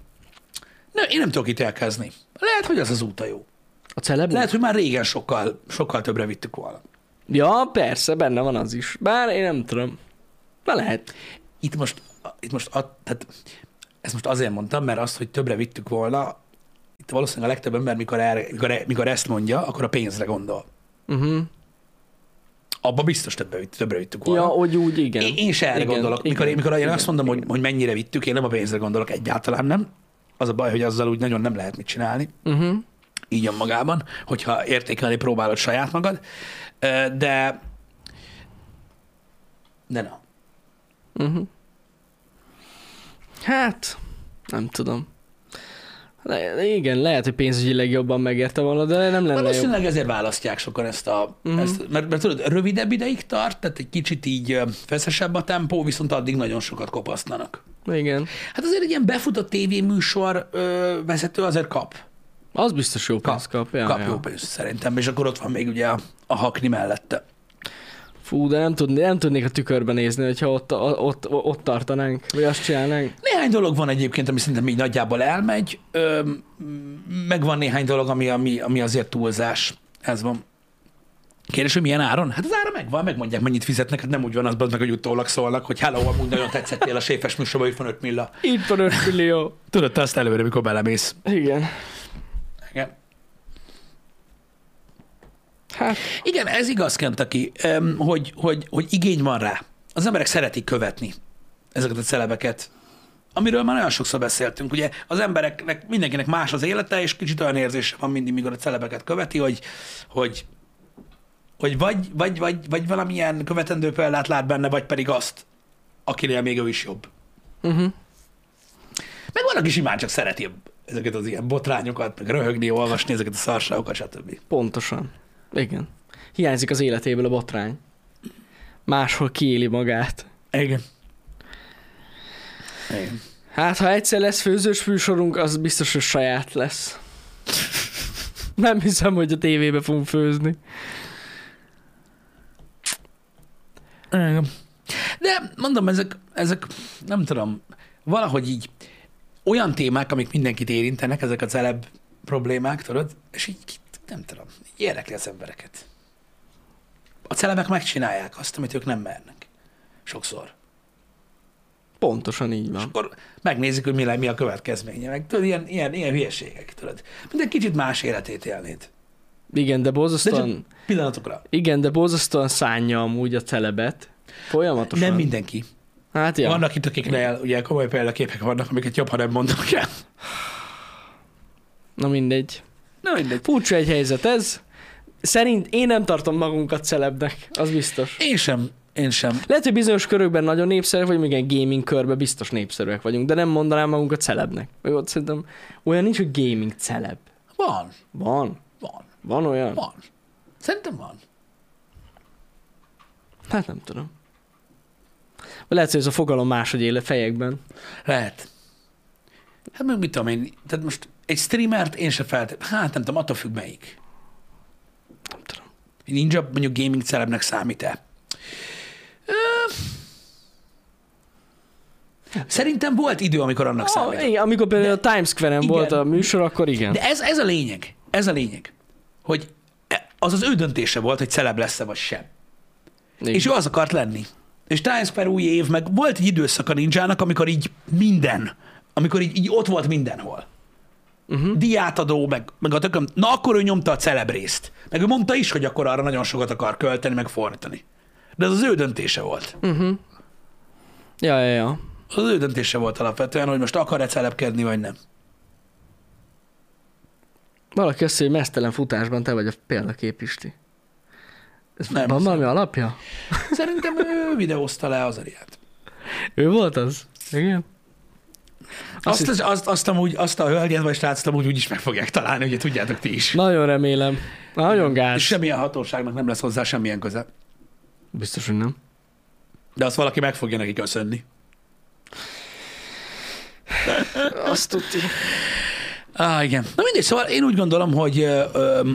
Speaker 1: nem, én nem tudok ítélkezni. Lehet, hogy az az úta jó.
Speaker 2: A celeb?
Speaker 1: Lehet, hogy már régen sokkal, sokkal többre vittük volna.
Speaker 2: Ja, persze, benne van az is. Bár én nem tudom. Na lehet.
Speaker 1: Itt most, itt most a, tehát, ezt most azért mondtam, mert azt, hogy többre vittük volna, itt valószínűleg a legtöbb ember, mikor, erre, mikor, e- mikor ezt mondja, akkor a pénzre gondol.
Speaker 2: Uh-huh.
Speaker 1: Abba biztos többre, vitt- többre vittük volna.
Speaker 2: Ja, hogy úgy, igen.
Speaker 1: Én, én se erre
Speaker 2: Igen,
Speaker 1: gondolok. Mikor,
Speaker 2: igen,
Speaker 1: én, mikor én
Speaker 2: igen,
Speaker 1: azt mondom, hogy, hogy mennyire vittük, én nem a pénzre gondolok, egyáltalán nem. Az a baj, hogy azzal úgy nagyon nem lehet mit csinálni,
Speaker 2: Uh-huh.
Speaker 1: így önmagában, hogyha értékelni próbálod saját magad, Ö, de de na.
Speaker 2: Uh-huh. Hát, nem tudom. Le- igen, lehet, hogy pénzügyileg jobban megérte volna, de nem lenne jobb.
Speaker 1: Valószínűleg ezért választják sokan ezt a...
Speaker 2: Mhm.
Speaker 1: Mm. Ezt, mert, mert tudod, rövidebb ideig tart, tehát egy kicsit így ö, feszesebb a tempó, viszont addig nagyon sokat kopasztanak.
Speaker 2: Igen.
Speaker 1: Hát azért egy ilyen befutott tévéműsor ö, vezető azért kap.
Speaker 2: Az biztos jó pénzt kap. Ja,
Speaker 1: kap
Speaker 2: ja.
Speaker 1: jó pénzt szerintem, és akkor ott van még ugye a, a hakni mellette.
Speaker 2: Fú, de nem, tudni, nem tudnék a tükörbe nézni, hogyha ott, a- ott, ott tartanánk, vagy azt csinálnánk.
Speaker 1: Néhány dolog van egyébként, ami szerintem így nagyjából elmegy, ö, m- meg van néhány dolog, ami, ami, ami azért túlzás. Ez van. Kérdés, hogy milyen áron? Hát az ára megvan, megmondják, mennyit fizetnek, hát nem úgy van az, bazd meg, hogy utólag szólnak, hogy hello, amúgy nagyon tetszettél a séfes műsorban, itt van 5 milla.
Speaker 2: Itt van 5 millió.
Speaker 1: Tudod, te azt előre, mikor belemész.
Speaker 2: Igen.
Speaker 1: Igen.
Speaker 2: Hát,
Speaker 1: Igen, ez igaz, Kentucky, öm, hogy, hogy, hogy igény van rá. Az emberek szeretik követni ezeket a celebeket, amiről már nagyon sokszor beszéltünk. Ugye az embereknek, mindenkinek más az élete, és kicsit olyan érzése van mindig, mikor a celebeket követi, hogy, hogy, hogy vagy, vagy, vagy, vagy valamilyen követendő példát lát benne, vagy pedig azt, akinél még ő is jobb.
Speaker 2: uh-huh.
Speaker 1: Meg van, aki simán csak szereti ezeket az ilyen botrányokat, meg röhögni, olvasni ezeket a szarságokat, stb.
Speaker 2: pontosan. Igen. Hiányzik az életéből a botrány. Máshol kiéli magát.
Speaker 1: Igen. Igen.
Speaker 2: Hát, ha egyszer lesz főzős műsorunk, az biztos, hogy saját lesz. Nem hiszem, hogy a tévébe fogunk főzni.
Speaker 1: Igen. De mondom, ezek, ezek, nem tudom, valahogy így olyan témák, amik mindenkit érintenek, ezek a celeb problémák, tudod, és így ki- nem tudom, így érdekli az embereket. A celebek megcsinálják azt, amit ők nem mernek. Sokszor.
Speaker 2: Pontosan így
Speaker 1: És
Speaker 2: van.
Speaker 1: akkor megnézik, hogy mi, le, mi a következménye. Meg tudod, ilyen, ilyen, ilyen hülyeségek, tudod. Mint egy kicsit más életét élnéd.
Speaker 2: Igen, de
Speaker 1: De
Speaker 2: borzasztóan,
Speaker 1: Pillanatokra.
Speaker 2: igen, de borzasztóan szánja amúgy a celebet. Folyamatosan.
Speaker 1: Nem mindenki.
Speaker 2: Hát ja.
Speaker 1: Ja. Vannak itt, akiknél ugye komoly példaképek vannak, amiket jobb, ha nem mondok el.
Speaker 2: Na mindegy.
Speaker 1: Na mindegy.
Speaker 2: Furcsa egy helyzet ez. Szerint én nem tartom magunkat celebnek, az biztos.
Speaker 1: Én sem, én sem.
Speaker 2: Lehet, hogy bizonyos körökben nagyon népszerűek vagyunk, igen, gaming körben biztos népszerűek vagyunk, de nem mondanám magunkat celebnek. Meg ott szerintem olyan nincs, hogy gaming celeb.
Speaker 1: Van,
Speaker 2: Van.
Speaker 1: van,
Speaker 2: Van olyan?
Speaker 1: van. Szerintem van.
Speaker 2: Hát nem tudom. Vagy Lehet, hogy ez a fogalom máshogy él a fejekben.
Speaker 1: Lehet. Hát meg mit tudom én, tehát most egy streamert én se feltétlenül, hát nem tudom, attól függ melyik.
Speaker 2: Nem tudom.
Speaker 1: Ninja mondjuk gaming celebnek számít-e? Ö, Szerintem volt idő, amikor annak számít.
Speaker 2: Ah, igen, amikor például a Times Square-en
Speaker 1: igen.
Speaker 2: volt a műsor, akkor igen.
Speaker 1: De ez, ez a lényeg, ez a lényeg, hogy e- az az ő döntése volt, hogy celeb lesz-e vagy sem.
Speaker 2: igen.
Speaker 1: És ő az akart lenni. És Times Square új év, meg volt egy időszak a ninjának, amikor így minden, amikor így, így ott volt mindenhol. Uh-huh. Diátadó, meg, meg a tököm. Na, akkor ő nyomta a celeb részt. Meg ő mondta is, hogy akkor arra nagyon sokat akar költeni, meg fordítani. De ez az ő döntése volt.
Speaker 2: Ja, ja, ja.
Speaker 1: Az ő döntése volt alapvetően, hogy most akar-e celebkedni, vagy nem.
Speaker 2: Valaki azt mondja, hogy mesztelen futásban te vagy a példakép, Pisti. Ez
Speaker 1: Nem,
Speaker 2: nem, van
Speaker 1: ez
Speaker 2: valami alapja?
Speaker 1: Szerintem ő videózta le az ariát.
Speaker 2: Ő volt az? Igen.
Speaker 1: Azt, azt, azt, azt, amúgy, azt a hölgyet vagy srácot amúgy úgyis meg fogják találni, ugye tudjátok ti is.
Speaker 2: Nagyon remélem. Nagyon gáz.
Speaker 1: És semmilyen hatóságnak nem lesz hozzá semmilyen köze.
Speaker 2: Biztos, hogy nem.
Speaker 1: De azt valaki meg fogja neki köszönni.
Speaker 2: Azt tudti.
Speaker 1: Á, igen. Na mindegy, szóval én úgy gondolom, hogy ö, ö,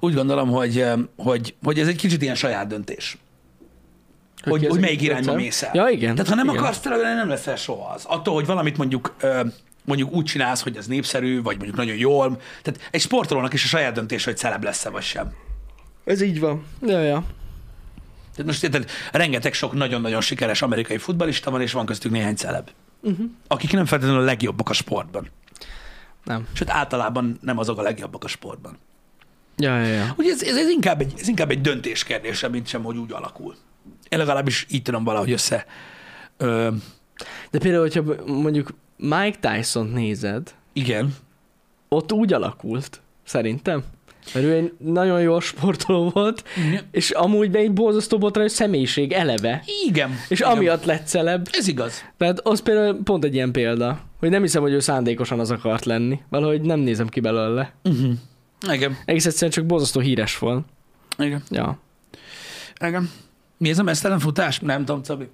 Speaker 1: úgy gondolom, hogy, ö, hogy, hogy ez egy kicsit ilyen saját döntés. Hogy, hogy melyik irányba mész el.
Speaker 2: Ja, igen.
Speaker 1: Tehát ha nem
Speaker 2: igen.
Speaker 1: akarsz tele, nem leszel soha az. Attól, hogy valamit mondjuk ö, mondjuk úgy csinálsz, hogy ez népszerű, vagy mondjuk nagyon jól. Tehát egy sportolónak is a saját döntés, hogy celeb lesz-e vagy sem.
Speaker 2: Ez így van. Ja, ja.
Speaker 1: Tehát most érted, rengeteg sok nagyon-nagyon sikeres amerikai futbalista van, és van köztük néhány celeb.
Speaker 2: Mhm.
Speaker 1: Uh-huh. Akik nem feltétlenül a legjobbak a sportban.
Speaker 2: Nem.
Speaker 1: Sőt, általában nem azok a legjobbak a sportban.
Speaker 2: Ja, ja, ja.
Speaker 1: Ugye ez, ez, ez, inkább, egy, ez inkább egy döntés kérdése, mint sem, hogy úgy alakul. Én legalábbis így tudom valahogy össze. Ö,
Speaker 2: De például, hogyha mondjuk Mike tyson nézed,
Speaker 1: igen.
Speaker 2: ott úgy alakult, szerintem. Mert ő egy nagyon jó sportoló volt, és amúgy de egy borzasztó botrány személyiség eleve.
Speaker 1: Igen.
Speaker 2: És
Speaker 1: igen.
Speaker 2: amiatt lett celeb.
Speaker 1: Ez igaz.
Speaker 2: Tehát az például pont egy ilyen példa, hogy nem hiszem, hogy ő szándékosan az akart lenni. Valahogy nem nézem ki belőle.
Speaker 1: Uh-huh. Igen.
Speaker 2: Egész egyszerűen csak borzasztó híres volt.
Speaker 1: Igen.
Speaker 2: Ja.
Speaker 1: Igen. Mi ez a mesztelen futás? Nem tudom, Cabi.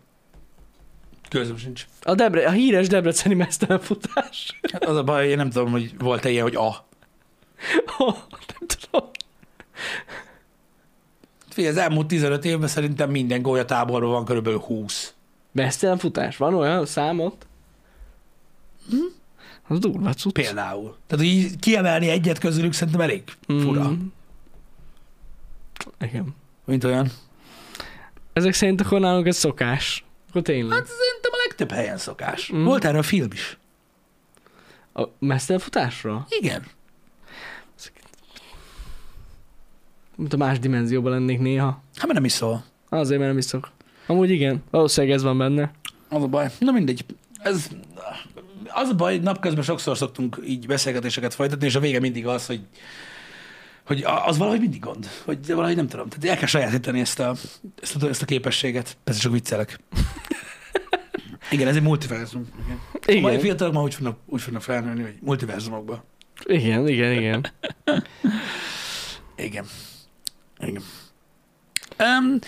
Speaker 1: Közöm sincs.
Speaker 2: A, Debre- a híres debreceni mesztelen futás.
Speaker 1: Hát az a baj, én nem tudom, hogy volt-e ilyen, hogy a.
Speaker 2: Oh, nem tudom.
Speaker 1: Figyelj, az elmúlt 15 évben szerintem minden gólyatáborban van körülbelül 20.
Speaker 2: Mesztelen futás? Van olyan számot? Hm? Az durva cucc.
Speaker 1: Például. Tehát, hogy így kiemelni egyet közülük szerintem elég fura. Mm.
Speaker 2: Mhm. Igen.
Speaker 1: Mint olyan.
Speaker 2: Ezek szerint akkor nálunk ez szokás. Akkor tényleg.
Speaker 1: Hát
Speaker 2: Hát,
Speaker 1: szerintem a legtöbb helyen szokás. Mm.
Speaker 2: Mhm.
Speaker 1: Volt erre a film is.
Speaker 2: a mesztelen futásra?
Speaker 1: Igen.
Speaker 2: Mint a más dimenzióban lennék néha.
Speaker 1: Hát mert nem is szól.
Speaker 2: Azért, mert nem iszok. Amúgy igen, valószínűleg ez van benne.
Speaker 1: Az a baj. Na mindegy. Ez, az a baj, hogy napközben sokszor szoktunk így beszélgetéseket folytatni, és a vége mindig az, hogy hogy a- az valahogy mindig gond, hogy valahogy nem tudom. Tehát el kell sajátítani ezt a, ezt a, ezt a képességet. Persze csak viccelek. Igen, ez egy multiverzum. Igen. Igen. A mai
Speaker 2: Igen,
Speaker 1: fiatalok ma úgy fognak, úgy fognak felnőni, hogy multiverzumokba.
Speaker 2: igen, igen, igen.
Speaker 1: Igen. Igen. Um,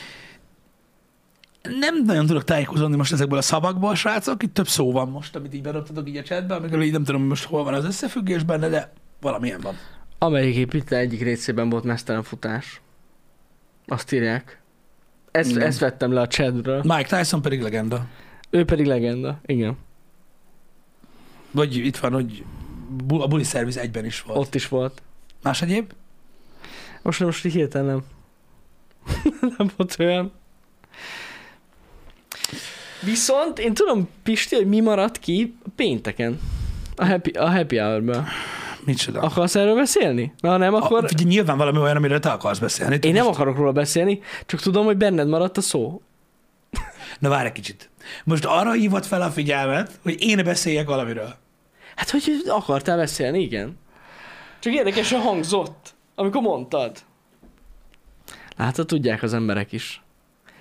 Speaker 1: nem nagyon tudok tájékozódni most ezekből a szavakból, srácok. Itt több szó van most, amit így bedobtatok így a chatbe, amikor így nem tudom, hogy most hol van az összefüggés benne, de valamilyen van.
Speaker 2: Amelyik építő egyik részében volt mesztelen futás. Azt írják. Ezt,
Speaker 1: Igen.
Speaker 2: ezt vettem le a chatről.
Speaker 1: Mike Tyson pedig legenda.
Speaker 2: Ő pedig legenda, igen.
Speaker 1: Vagy itt van, hogy bu- a buli service egyben is volt. Ott.
Speaker 2: Ott is volt.
Speaker 1: Más egyéb?
Speaker 2: Most most így hirtelen nem. nem volt olyan. Viszont én tudom, Pisti, hogy mi maradt ki pénteken. A happy, a happy hour-ből.
Speaker 1: Micsoda. A,
Speaker 2: Akarsz erről beszélni? Na, ha nem, akkor...
Speaker 1: a, figyelj, nyilván valami olyan, amiről te akarsz beszélni.
Speaker 2: Én
Speaker 1: tudod.
Speaker 2: nem akarok róla beszélni, csak tudom, hogy benned maradt a szó.
Speaker 1: Na várj egy kicsit. Most arra hívod fel a figyelmet, hogy én beszéljek valamiről.
Speaker 2: Hát, hogy akartál beszélni, igen. Csak érdekesen hangzott, amikor mondtad. Látod, tudják az emberek is.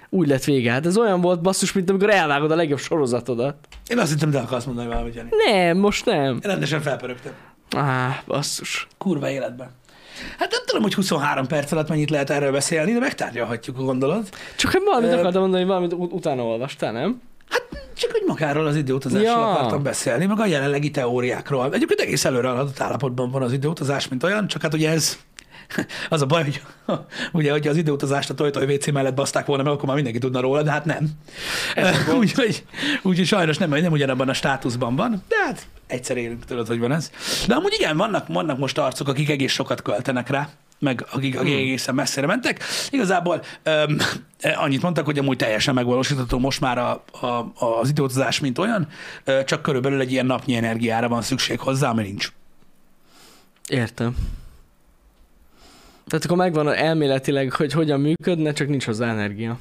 Speaker 2: Úgy lett vége. Hát ez olyan volt basszus, mint amikor elvágod a legjobb sorozatodat.
Speaker 1: Én azt hittem, te akarsz mondani valamit, Jani.
Speaker 2: Nem, most nem.
Speaker 1: Én rendesen felpörögtem.
Speaker 2: Á, basszus.
Speaker 1: kurva életben. Hát nem tudom, hogy 23 perc alatt mennyit lehet erről beszélni, de megtárgyalhatjuk, gondolod?
Speaker 2: Csak hát valamit
Speaker 1: Ö-
Speaker 2: akartam mondani, hogy valamit ut- utána olvastál, nem?
Speaker 1: Hát csak, hogy magáról az időutazásról
Speaker 2: Ja.
Speaker 1: ja. akartam beszélni, meg a jelenlegi teóriákról. Egyébként egész előre adott állapotban van az időutazás, mint olyan, csak hát ugye ez Az a baj, hogy ugye, hogy az időutazást a Toyota WC mellett baszták volna, mert akkor már mindenki tudna róla, de hát nem. Úgyhogy úgy, sajnos nem, nem ugyanabban a státuszban van, de hát egyszer élünk, tudod, hogy van ez. De amúgy igen, vannak, vannak most arcok, akik egész sokat költenek rá, meg akik, akik egészen messzire mentek. Igazából öm, eh, annyit mondtak, hogy amúgy teljesen megvalósítható most már a, a, az időutazás, mint olyan, ö, csak körülbelül egy ilyen napnyi energiára van szükség hozzá, ami nincs.
Speaker 2: Értem. Tehát akkor megvan elméletileg, hogy hogyan működne, csak nincs hozzá energia.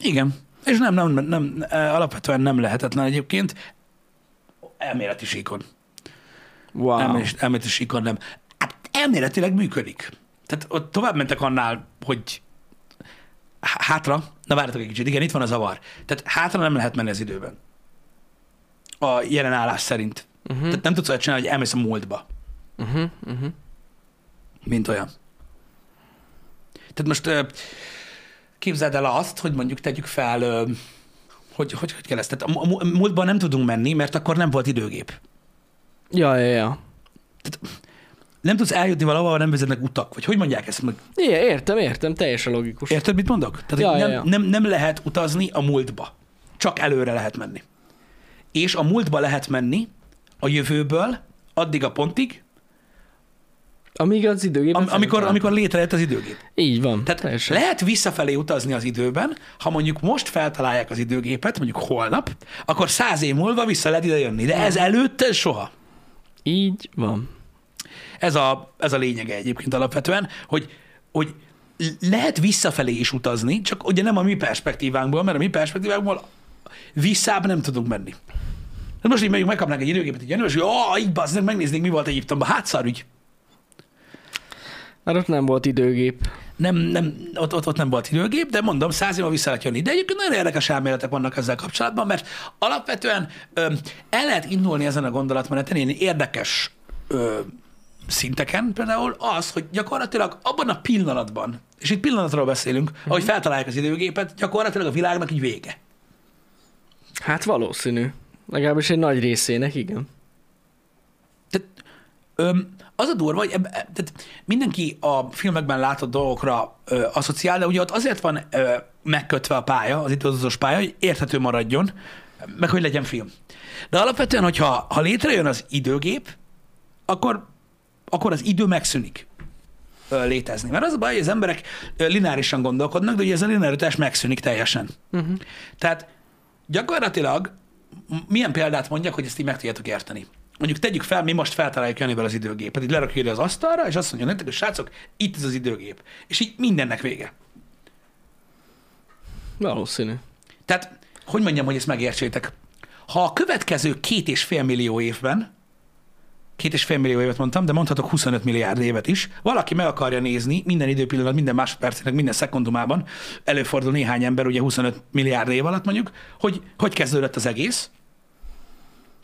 Speaker 1: Igen. És nem, nem, nem, eh, alapvetően nem lehetetlen egyébként. Elméleti síkon.
Speaker 2: Wow.
Speaker 1: Wow. Elméleti síkon nem. Hát elméletileg működik. Tehát ott tovább mentek annál, hogy há- hátra, na várjatok egy kicsit, igen, itt van a zavar. Tehát hátra nem lehet menni az időben. A jelen állás szerint.
Speaker 2: Uh-huh.
Speaker 1: Tehát nem tudsz olyat csinálni, hogy elmész a múltba,
Speaker 2: Uh-huh. Uh-huh.
Speaker 1: mint olyan. Tehát most ö, képzeld el azt, hogy mondjuk tegyük fel, ö, hogy, hogy, hogy kell ezt. Tehát a mu- a múltban nem tudunk menni, mert akkor nem volt időgép.
Speaker 2: Ja, ja, ja.
Speaker 1: Nem tudsz eljutni valahova, ha nem vezetnek utak, vagy hogy mondják ezt meg?
Speaker 2: Igen, értem, értem, teljesen logikus.
Speaker 1: Érted, mit mondok? Tehát
Speaker 2: Ja,
Speaker 1: ja, nem,
Speaker 2: ja, ja.
Speaker 1: Nem, nem lehet utazni a múltba. Csak előre lehet menni. És a múltba lehet menni a jövőből addig a pontig,
Speaker 2: Amíg az időgében...
Speaker 1: am, amikor,
Speaker 2: feltalálták.
Speaker 1: amikor létrejött az időgép.
Speaker 2: Így van,
Speaker 1: Tehát
Speaker 2: teljesen.
Speaker 1: lehet visszafelé utazni az időben, ha mondjuk most feltalálják az időgépet, mondjuk holnap, akkor száz év múlva vissza lehet ide jönni. De ez előtt soha.
Speaker 2: Így van.
Speaker 1: Ez a, ez a lényege egyébként alapvetően, hogy, hogy lehet visszafelé is utazni, csak ugye nem a mi perspektívánkból, mert a mi perspektívánkból visszább nem tudunk menni. Hát most így mondjuk megkapnánk egy időgépet egy január, és ó, így bazdnek, megnéznénk, mi volt Egyiptomban. Hát szarügy.
Speaker 2: Mert ott nem volt időgép.
Speaker 1: Nem, nem, ott, ott, ott, nem volt időgép, de mondom, száz év múlva vissza lehet jönni. De egyébként nagyon érdekes elméletek vannak ezzel kapcsolatban, mert alapvetően öm, el lehet indulni ezen a gondolatmeneten ilyen érdekes ö, szinteken, például az, hogy gyakorlatilag abban a pillanatban, és itt pillanatról beszélünk, uh-huh. ahogy feltalálják az időgépet, gyakorlatilag a világnak így vége.
Speaker 2: Hát valószínű. Legalábbis egy nagy részének, igen.
Speaker 1: Tehát, öm, az a durva, hogy eb, eb, tehát mindenki a filmekben látott dolgokra ö, asszociál, de ugye ott azért van ö, megkötve a pálya, az időzozós pálya, hogy érthető maradjon, meg hogy legyen film. De alapvetően, hogyha ha létrejön az időgép, akkor, akkor az idő megszűnik ö, létezni. Mert az a baj, hogy az emberek ö, lineárisan gondolkodnak, de ugye ez a linearitás megszűnik teljesen. Uh-huh. Tehát gyakorlatilag m- milyen példát mondjak, hogy ezt így meg tudjátok érteni? Mondjuk tegyük fel, mi most feltaláljuk Janivel az időgépet, így lerakjuk ide az asztalra, és azt mondja nektek, hogy srácok, itt ez az időgép. És így mindennek vége.
Speaker 2: Valószínű.
Speaker 1: Tehát, hogy mondjam, hogy ezt megértsétek? Ha a következő két és fél millió évben, két és fél millió évet mondtam, de mondhatok 25 milliárd évet is, valaki meg akarja nézni minden időpillanat, minden másodpercének, minden szekundumában, előfordul néhány ember, ugye 25 milliárd év alatt mondjuk, hogy hogy kezdődött az egész,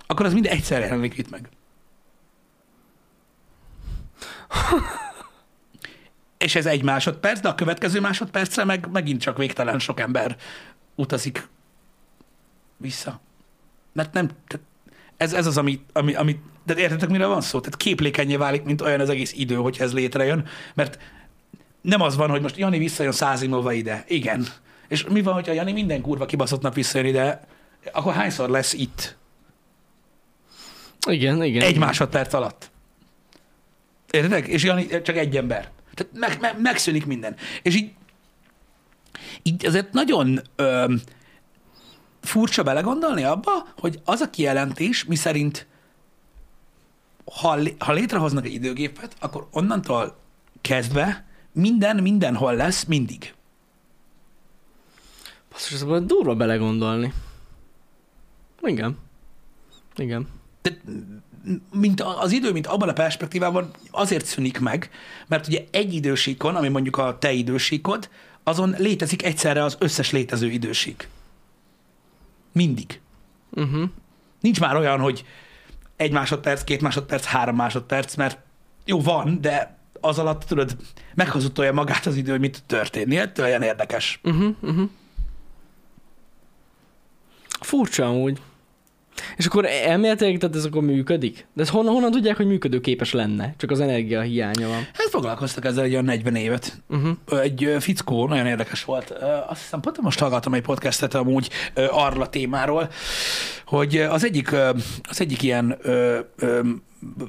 Speaker 1: akkor az mind egyszer jelenik itt meg. És ez egy másodperc, de a következő másodpercre meg megint csak végtelen sok ember utazik vissza. Mert nem, tehát ez, ez az, ami, ami, ami de értetek, mire van szó? Tehát képlékenyé válik, mint olyan az egész idő, hogy ez létrejön, mert nem az van, hogy most Jani visszajön száz év múlva ide. Igen. És mi van, hogyha Jani minden kurva kibaszott nap visszajön ide, akkor hányszor lesz itt?
Speaker 2: Igen, igen.
Speaker 1: Egy másodperc alatt. Értedek? És Jani csak egy ember. Tehát meg, meg, megszűnik minden. És így, így azért nagyon ö, furcsa belegondolni abba, hogy az a kijelentés, mi szerint ha, lé- ha létrehoznak egy időgépet, akkor onnantól kezdve minden mindenhol lesz mindig.
Speaker 2: Basszus, ez volt durva belegondolni. Igen. Igen.
Speaker 1: Tehát, m- mint a- az idő, mint abban a perspektívában azért szűnik meg, mert ugye egy idősíkon, ami mondjuk a te idősíkod, azon létezik egyszerre az összes létező idősík. Mindig.
Speaker 2: Uh-huh.
Speaker 1: Nincs már olyan, hogy egy másodperc, két másodperc, három másodperc, mert jó, van, de az alatt, tudod, meghazudtolja magát az idő, hogy mit tud történni. Ettől olyan
Speaker 2: Mhm,
Speaker 1: érdekes.
Speaker 2: Uh-huh. Uh-huh. Furcsa amúgy. És akkor elméletileg, tehát ez akkor működik? De ez honnan, honnan tudják, hogy működőképes lenne? Csak az energia hiánya van.
Speaker 1: Hát foglalkoztak ezzel egy olyan 40 évet.
Speaker 2: Uh-huh.
Speaker 1: Ö, Egy ö, fickó, nagyon érdekes volt. Ö, Azt hiszem, pont most hallgattam egy podcastet amúgy ö, arról a témáról, hogy ö, az egyik, ö, az egyik ilyen ö, ö,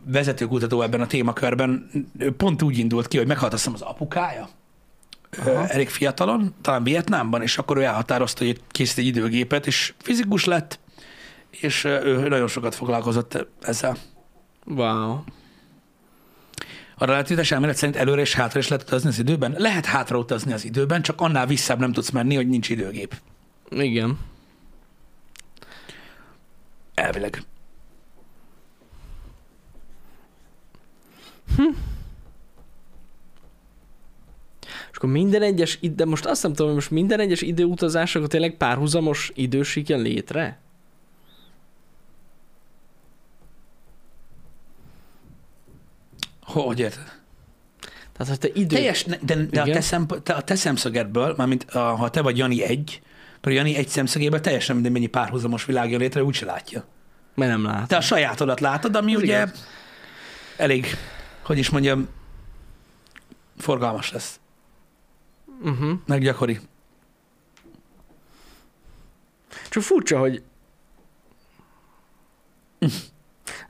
Speaker 1: vezetőkutató ebben a témakörben ö, pont úgy indult ki, hogy meghalt azt hiszem az apukája, Ö, elég fiatalon, talán Vietnámban, és akkor ő elhatározta, hogy készít egy időgépet, és fizikus lett, és ö, ő nagyon sokat foglalkozott ezzel.
Speaker 2: Wow.
Speaker 1: A relativitás elmélet szerint előre és hátra is lehet utazni az időben? Lehet hátra utazni az időben, csak annál visszább nem tudsz menni, hogy nincs időgép.
Speaker 2: Igen.
Speaker 1: Elvileg.
Speaker 2: És akkor minden egyes, id- de most azt nem tudom, hogy most minden egyes időutazás, akkor tényleg párhuzamos idősik jön létre?
Speaker 1: Hogy érted?
Speaker 2: Tehát, hogy te idő...
Speaker 1: Teljes, ne- de, de a, te
Speaker 2: Igen.
Speaker 1: szemp- te, a te szemszögedből, mármint a, ha te vagy Jani egy, akkor Jani egy szemszögéből teljesen mindegy, mennyi párhuzamos világ jön létre, úgyse látja.
Speaker 2: Mert nem lát.
Speaker 1: Te a sajátodat látod, ami
Speaker 2: Ez
Speaker 1: ugye
Speaker 2: igaz.
Speaker 1: elég, hogy is mondjam, forgalmas lesz,
Speaker 2: Uh-huh.
Speaker 1: meg gyakori.
Speaker 2: Csak furcsa, hogy...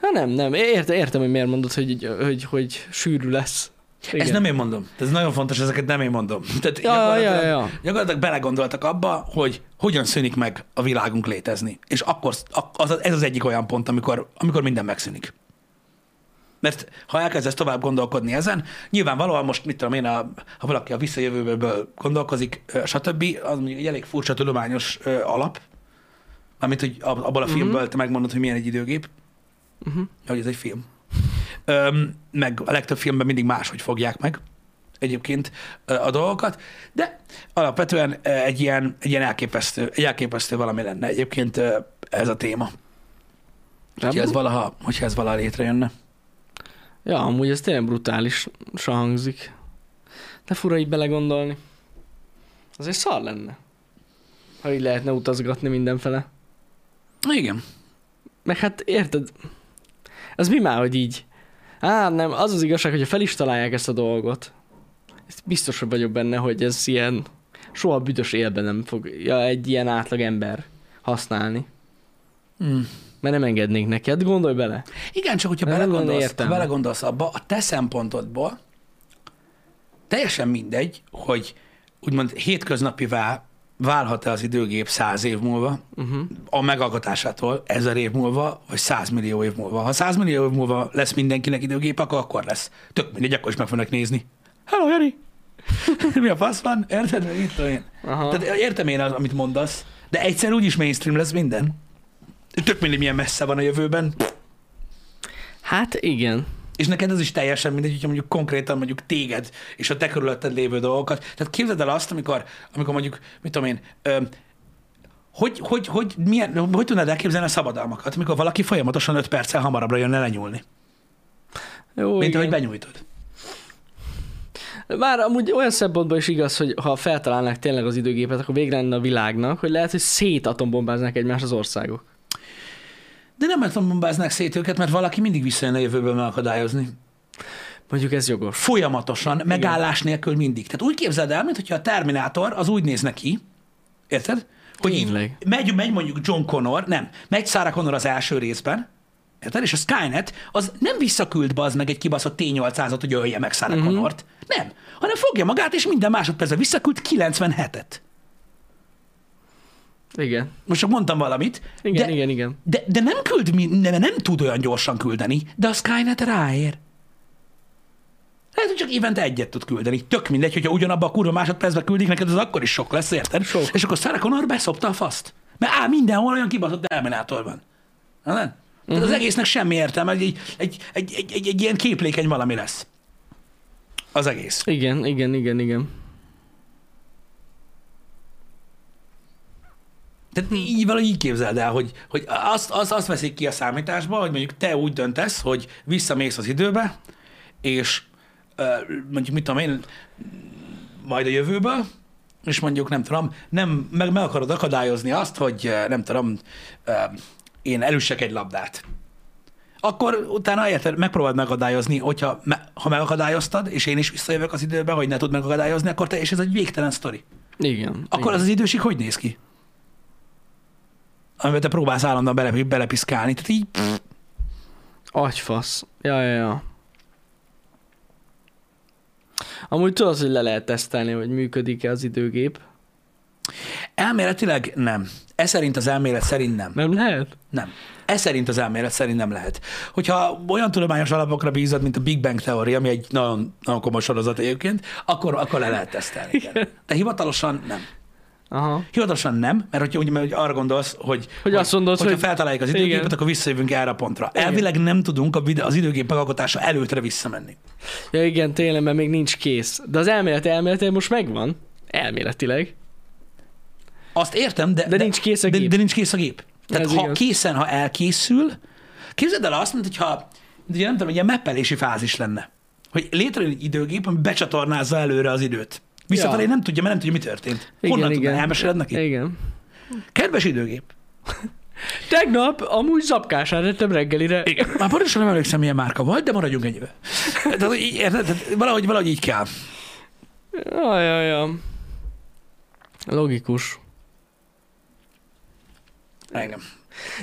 Speaker 2: Hát nem, nem, értem, értem, hogy miért mondod, hogy, hogy, hogy sűrű lesz.
Speaker 1: Igen. Ezt nem én mondom. Ez nagyon fontos, ezeket nem én mondom. Tehát
Speaker 2: Ja,
Speaker 1: gyakorlatilag-
Speaker 2: ja, ja.
Speaker 1: Gyakorlatilag belegondoltak abba, hogy hogyan szűnik meg a világunk létezni. És akkor ak- az, ez az egyik olyan pont, amikor, amikor minden megszűnik. Mert ha elkezdesz tovább gondolkodni ezen, nyilvánvalóan most, mit tudom én, a, ha valaki a visszajövőből gondolkozik, ö, stb., az mondjuk egy elég furcsa tudományos ö, alap, mármint, hogy ab- abból a
Speaker 2: Mhm.
Speaker 1: filmből te megmondod, hogy milyen egy időgép,
Speaker 2: Uh-huh.
Speaker 1: hogy ez egy film. Öm, meg a legtöbb filmben mindig máshogy fogják meg egyébként ö, a dolgokat, de alapvetően ö, egy ilyen, egy ilyen elképesztő, egy elképesztő valami lenne egyébként ö, ez a téma. Hogyha ez valaha, hogyha ez valaha létrejönne.
Speaker 2: Ja, amúgy ez tényleg brutálisan hangzik. De fura így belegondolni. Azért szar lenne, ha így lehetne utazgatni mindenfele.
Speaker 1: Igen.
Speaker 2: Meg hát érted, ez mi már, hogy így? Á, nem, az az igazság, hogyha fel is találják ezt a dolgot, ezt biztos hogy vagyok benne, hogy ez ilyen soha büdös élben nem fogja egy ilyen átlag ember használni.
Speaker 1: Mm.
Speaker 2: Mert nem engednék neki. Hát gondolj bele.
Speaker 1: Igen, csak hogyha
Speaker 2: Nem lenne
Speaker 1: belegondolsz, ha
Speaker 2: értelme.
Speaker 1: belegondolsz abba, a te szempontodból teljesen mindegy, hogy úgymond hétköznapivá válhat-e az időgép száz év múlva,
Speaker 2: Uh-huh.
Speaker 1: a megalkotásától ezer év múlva, vagy százmillió év múlva. Ha százmillió év múlva lesz mindenkinek időgép, akkor akkor lesz. Tök mindegy, akkor is meg fognak nézni. Hello, Jani! Mi a fasz van? Érted? Mit tudom én?
Speaker 2: Aha.
Speaker 1: Tehát értem én, az, amit mondasz, de egyszer úgyis mainstream lesz minden. Tök mindegy, milyen messze van a jövőben.
Speaker 2: Hát igen.
Speaker 1: És neked ez is teljesen mindegy, hogyha mondjuk konkrétan mondjuk téged és a te körülötted lévő dolgokat. Tehát képzeld el azt, amikor, amikor mondjuk, mit tudom én, öm, hogy, hogy, hogy, milyen, hogy tudnád elképzelni a szabadalmakat, amikor valaki folyamatosan 5 perccel hamarabbra jönne lenyúlni,
Speaker 2: Jó,
Speaker 1: mint
Speaker 2: igen.
Speaker 1: ahogy benyújtod.
Speaker 2: Már amúgy olyan szempontból is igaz, hogy ha feltalálnák tényleg az időgépet, akkor végre lenne a világnak, hogy lehet, hogy szétatombombáznak egymást az országok.
Speaker 1: De nem atombombáznák szét őket, mert valaki mindig visszajön a jövőből megakadályozni.
Speaker 2: Mondjuk ez jogos.
Speaker 1: Folyamatosan, megállás nélkül mindig. Tehát úgy képzeld el, mintha a Terminátor az úgy nézne ki, érted? Hogy így
Speaker 2: Tényleg.
Speaker 1: megy, megy mondjuk John Connor, nem, megy Sarah Connor az első részben, érted? És a Skynet az nem visszaküld bazd meg egy kibaszott T-800-at, hogy ölje meg Sarah
Speaker 2: Mhm.
Speaker 1: mm-hmm. Connort. Nem. Hanem fogja magát, és minden másodpercben visszaküld 97-et.
Speaker 2: Igen.
Speaker 1: Most csak mondtam valamit,
Speaker 2: Igen,
Speaker 1: de,
Speaker 2: igen, igen.
Speaker 1: De, de nem küld, mi- nem, nem tud olyan gyorsan küldeni, de a Skynet ráér. Lehet, hogy csak évente egyet tud küldeni. Tök mindegy, hogyha ugyanabba a kurva másodpercben küldik neked, az akkor is sok lesz, érted?
Speaker 2: Sok.
Speaker 1: És akkor Sarah Connor beszopta a faszt. Mert á, mindenhol olyan kibaszott Terminátor van. Na, nem? Uh-huh. Az egésznek semmi értelme, egy, egy, egy, egy, egy, egy, egy ilyen képlékeny valami lesz. Az egész.
Speaker 2: Igen, igen, igen, igen.
Speaker 1: Tehát így valahogy így képzeld el, hogy, hogy azt, azt, azt veszik ki a számításba, hogy mondjuk te úgy döntesz, hogy visszamész az időbe, és ö, mondjuk mit tudom én, majd a jövőből, és mondjuk nem tudom, nem, meg, meg akarod akadályozni azt, hogy ö, nem tudom, ö, én elüssek egy labdát. Akkor utána érted, megpróbáld megakadályozni, hogyha me, ha megakadályoztad, és én is visszajövök az időbe, hogy ne tud megakadályozni, akkor te, és ez egy végtelen sztori.
Speaker 2: Igen.
Speaker 1: Akkor
Speaker 2: igen.
Speaker 1: az az időség hogy néz ki? Amiben te próbálsz állandóan bele, belepiszkálni. Tehát így, pff,
Speaker 2: Agyfasz. Ja, ja, ja. Amúgy tudod, hogy le lehet tesztelni, hogy működik-e az időgép.
Speaker 1: elméletileg nem. Ez szerint az elmélet szerint nem.
Speaker 2: Nem lehet?
Speaker 1: Nem. Ez szerint az elmélet szerint nem lehet. Hogyha olyan tudományos alapokra bízod, mint a Big Bang teória, ami egy nagyon, nagyon komoly sorozat egyébként, akkor, akkor le lehet tesztelni. Igen. De hivatalosan nem.
Speaker 2: Aha.
Speaker 1: Hivatalosan nem, mert hogyha úgy, mert hogy arra gondolsz, hogy,
Speaker 2: azt mondod,
Speaker 1: hogyha
Speaker 2: hogy-
Speaker 1: feltaláljuk az időgépet,
Speaker 2: Igen.
Speaker 1: akkor visszajövünk erre a pontra.
Speaker 2: Igen.
Speaker 1: Elvileg nem tudunk a vide- az időgép megalkotása előttre visszamenni.
Speaker 2: Ja igen, tényleg, mert még nincs kész. De az elmélet elméletileg most megvan. Elméletileg.
Speaker 1: Azt értem, de,
Speaker 2: De nincs kész a
Speaker 1: de,
Speaker 2: gép.
Speaker 1: de nincs kész a gép. Tehát
Speaker 2: Ez
Speaker 1: ha
Speaker 2: igaz.
Speaker 1: készen, ha elkészül, képzeld el azt, mint hogyha, mint ugye nem tudom, egy ilyen meppelési fázis lenne. Hogy létrejön egy időgép, ami becsatornázza előre az időt. Visszafelé
Speaker 2: Ja.
Speaker 1: nem tudja, mert nem tudja, mi történt.
Speaker 2: Igen,
Speaker 1: Honnan
Speaker 2: igen.
Speaker 1: tudná? Elmeséled neki?
Speaker 2: Igen.
Speaker 1: Kedves időgép.
Speaker 2: Tegnap amúgy zapkásán ettem reggelire.
Speaker 1: Igen. Már pontosan nem emlékszem, milyen márka vagy, de maradjunk ennyibe. Tehát, hogy így, érted? Tehát valahogy, valahogy így kell.
Speaker 2: Jaj, jaj, jaj. Logikus.
Speaker 1: Engem.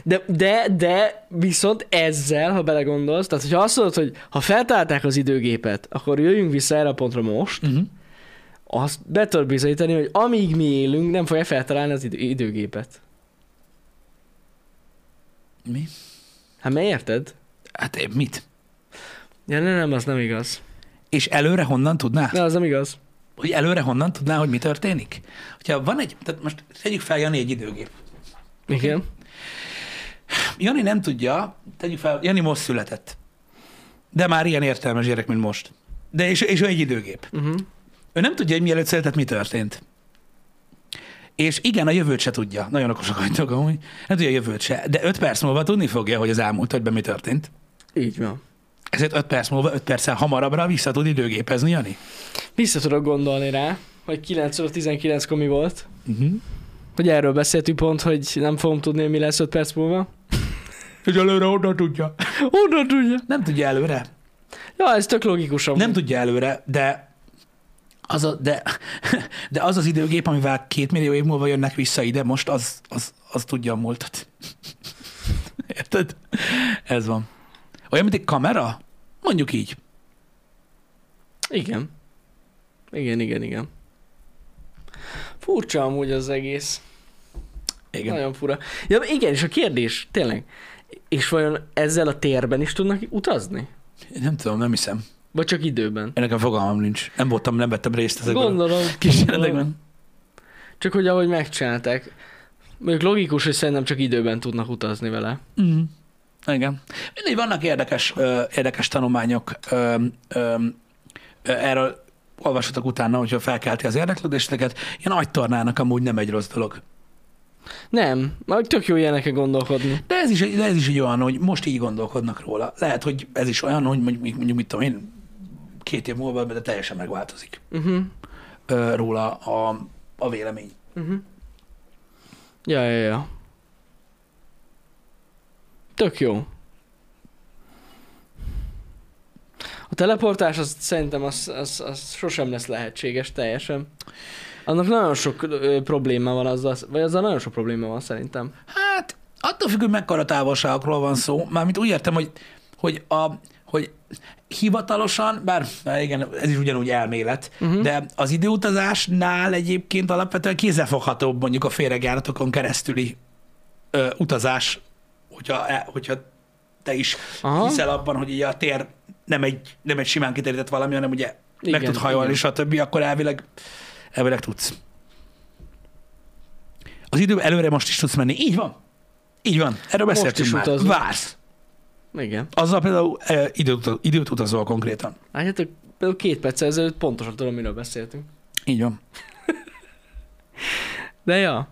Speaker 2: De, de, de viszont ezzel, ha belegondolsz, tehát hogyha azt mondod, hogy ha feltálták az időgépet, akkor jöjjünk vissza erre a pontra most,
Speaker 1: Uh-huh.
Speaker 2: azt be tudod bizonyítani, hogy amíg mi élünk, nem fogja feltalálni az idő, időgépet.
Speaker 1: Mi?
Speaker 2: Hát mert érted?
Speaker 1: Hát én mit?
Speaker 2: Ja, nem, nem, az nem igaz.
Speaker 1: És előre honnan tudnád?
Speaker 2: Nem, az nem igaz.
Speaker 1: hogy előre honnan tudná, hogy mi történik? Hogyha van egy, tehát most tegyük fel Jani egy időgép.
Speaker 2: Igen.
Speaker 1: Jani nem tudja, tegyük fel, Jani most született. De már ilyen értelmes gyerek, mint most. De és, és ő egy időgép.
Speaker 2: Uh-huh.
Speaker 1: Ő nem tudja, hogy mielőtt született, mi történt. És igen, a jövőt se tudja. Nagyon okosak vagytok amúgy. Nem tudja a jövőt se. De öt perc múlva tudni fogja, hogy az elmúlt hogy mi történt.
Speaker 2: Így van.
Speaker 1: Ezért öt perc múlva, öt perccel hamarabbra vissza tud időgépezni, Jani.
Speaker 2: Vissza tudok gondolni rá, hogy 9 óra 19 mi volt.
Speaker 1: Uh-huh.
Speaker 2: Hogy erről beszéltünk pont, hogy nem fogom tudni, hogy mi lesz 5 perc múlva.
Speaker 1: És előre honnan tudja.
Speaker 2: Honnan tudja?
Speaker 1: Nem tudja előre.
Speaker 2: Ja, ez tök logikus amúgy.
Speaker 1: Nem tudja előre, de az, a, de, de az az időgép, amivel két millió év múlva jönnek vissza ide, most az, az, az tudja a múltat. Érted? Ez van. Olyan, mint egy kamera? Mondjuk így.
Speaker 2: Igen. Igen, igen, igen. Furcsa amúgy az egész. Igen.
Speaker 1: Igen.
Speaker 2: Nagyon fura. Ja, igen, és a kérdés, tényleg. És vajon ezzel a térben is tudnak utazni?
Speaker 1: Én nem tudom, nem hiszem.
Speaker 2: Vagy csak időben?
Speaker 1: Én nekem fogalmam nincs. Nem voltam, nem vettem részt ezekben a
Speaker 2: Gondolom. gondolom.
Speaker 1: kísérletekben.
Speaker 2: Csak hogy ahogy megcsinálták. Mondjuk logikus, hogy szerintem csak időben tudnak utazni vele.
Speaker 1: Mm. Igen. Mindegy, vannak érdekes, ö, érdekes tanulmányok ö, ö, ö, erről olvashatok utána, hogyha felkelti az érdeklődéseteket. Ilyen agytornának amúgy nem egy rossz dolog.
Speaker 2: Nem, majd tök jó ilyenekre gondolkodni.
Speaker 1: De ez is, egy- de ez is egy olyan, hogy most így gondolkodnak róla. Lehet, hogy ez is olyan, hogy mondjuk, mondjuk mit tudom én, két év múlva de teljesen megváltozik
Speaker 2: Uh-huh.
Speaker 1: ö, róla a, a vélemény.
Speaker 2: Uh-huh. Ja, ja, ja. Tök jó. A teleportás az szerintem az, az, az sosem lesz lehetséges teljesen. Annak nagyon sok ö, probléma van azzal, vagy azzal nagyon sok probléma van szerintem.
Speaker 1: Hát, attól függ, hogy mekkora távolságokról van szó. Mármint úgy értem, hogy, hogy, a, hogy hivatalosan, bár na igen, ez is ugyanúgy elmélet,
Speaker 2: Mhm.
Speaker 1: uh-huh. de az időutazásnál egyébként alapvetően kézzelfoghatóbb mondjuk a féregjáratokon keresztüli ö, utazás, hogyha, e- hogyha te is Aha.
Speaker 2: Aha.
Speaker 1: hiszel abban, hogy ugye a tér nem egy, nem egy simán kiterített valami, hanem ugye igen, meg
Speaker 2: Igen,
Speaker 1: tud hajolni,
Speaker 2: igen.
Speaker 1: stb., akkor elvileg, elvileg tudsz. Az idő előre most is tudsz menni. Így van. Így van. Erről
Speaker 2: Most
Speaker 1: beszéltünk
Speaker 2: is
Speaker 1: már.
Speaker 2: utazunk.
Speaker 1: Vársz.
Speaker 2: Igen.
Speaker 1: Azzal például e, időt, utaz- időt utazol konkrétan.
Speaker 2: Látjátok, például két perc ezelőtt pontosan tudom, miről beszéltünk.
Speaker 1: Így van.
Speaker 2: De ja,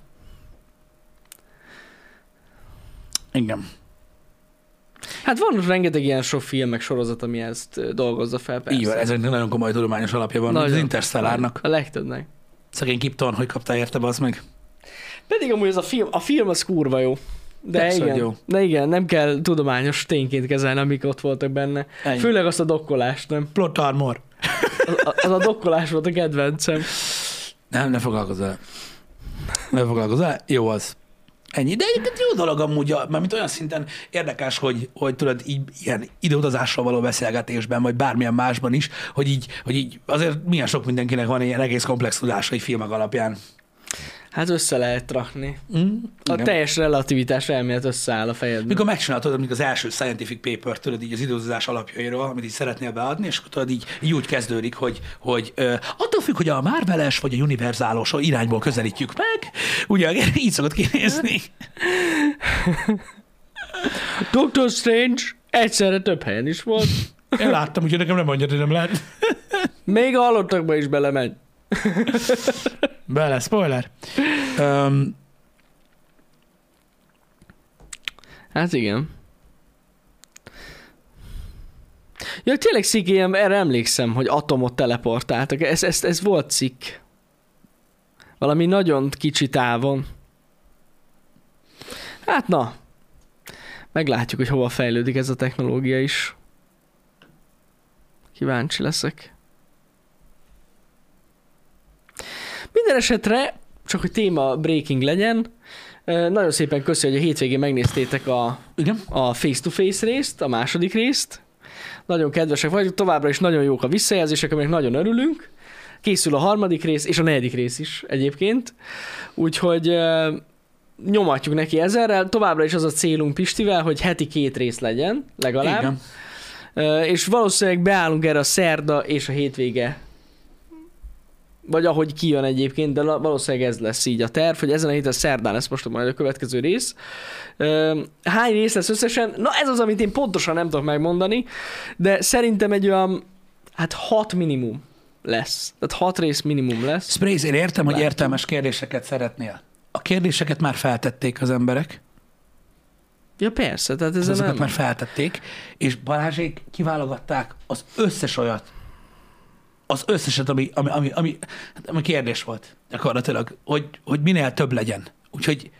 Speaker 1: Igen.
Speaker 2: hát van rengeteg ilyen sok film, meg sorozat, ami ezt ö, dolgozza fel, persze.
Speaker 1: Így van. Ezeknek nagyon komoly tudományos alapja van. Nagyon. Az
Speaker 2: Nagyon.
Speaker 1: Interstellárnak.
Speaker 2: A legtöbbnek.
Speaker 1: Szegény Kipton, hogy kaptál érte, az meg.
Speaker 2: Pedig amúgy ez a film, a film az kurva jó. De
Speaker 1: Persze,
Speaker 2: igen,
Speaker 1: hogy jó.
Speaker 2: de igen, nem kell tudományos tényként kezelni, amik ott voltak benne.
Speaker 1: Ennyi.
Speaker 2: Főleg azt a dokkolást, nem?
Speaker 1: Plot armor.
Speaker 2: Az, az a dokkolás volt a kedvencem.
Speaker 1: Nem, ne foglalkozol. Ne foglalkozol, jó az. Ennyi, de egyébként jó dolog amúgy, a- mármint olyan szinten érdekes, hogy, hogy tudod, így ilyen időutazással való beszélgetésben, vagy bármilyen másban is, hogy így, hogy így azért milyen sok mindenkinek van ilyen egész komplex tudása egy filmek alapján.
Speaker 2: Hát össze lehet rakni.
Speaker 1: Mm,
Speaker 2: A
Speaker 1: igen.
Speaker 2: teljes relativitás elmélet összeáll a fejedben.
Speaker 1: Mikor megcsináltad, amikor az első scientific paper, tudod így az időzás alapjairól, amit így szeretnél beadni, és akkor tudod így, így úgy kezdődik, hogy, hogy ö, attól függ, hogy a Marveles vagy a univerzálos irányból közelítjük meg, ugye így szokott kinézni.
Speaker 2: Doctor Strange egyszerre több helyen is volt.
Speaker 1: Én láttam, úgyhogy nekem nem mondja, hogy nem lehet.
Speaker 2: Még a halottakba is belemegy.
Speaker 1: Bele, spoiler. Um,
Speaker 2: Hát igen. Ja, tényleg cikk, ilyen, erre emlékszem, hogy atomot teleportáltak. Ez, ez, ez volt cikk. Valami nagyon kicsi távon. Hát na. Meglátjuk, hogy hova fejlődik ez a technológia is. Kíváncsi leszek. Minden esetre, csak hogy téma breaking legyen, ö, nagyon szépen köszi, hogy a hétvégén megnéztétek a
Speaker 1: igen,
Speaker 2: a face-to-face részt, a második részt. Nagyon kedvesek vagyunk, továbbra is nagyon jók a visszajelzések, aminek nagyon örülünk. Készül a harmadik rész, és a negyedik rész is egyébként. Úgyhogy ö, nyomatjuk neki ezerrel. Továbbra is az a célunk Pistivel, hogy heti két rész legyen, legalább.
Speaker 1: igen.
Speaker 2: Ö, és valószínűleg beállunk erre a szerda és a hétvége. Vagy ahogy kijön egyébként, de la- valószínűleg ez lesz így a terv, hogy ezen a héten szerdán lesz most majd a következő rész. Ö, Hány rész lesz összesen? Na ez az, amit én pontosan nem tudok megmondani, de szerintem egy olyan, hát hat minimum lesz. Tehát hat rész minimum lesz.
Speaker 1: Sprays, én értem, hogy
Speaker 2: Láttam.
Speaker 1: értelmes kérdéseket szeretnél. A kérdéseket már feltették az emberek,
Speaker 2: Ja persze, tehát ez
Speaker 1: azokat
Speaker 2: nem.
Speaker 1: már feltették, és Balázsék kiválogatták az összes olyat, az összeset, ami, ami, ami, ami, hát, ami kérdés volt gyakorlatilag, hogy, hogy minél több legyen. Úgyhogy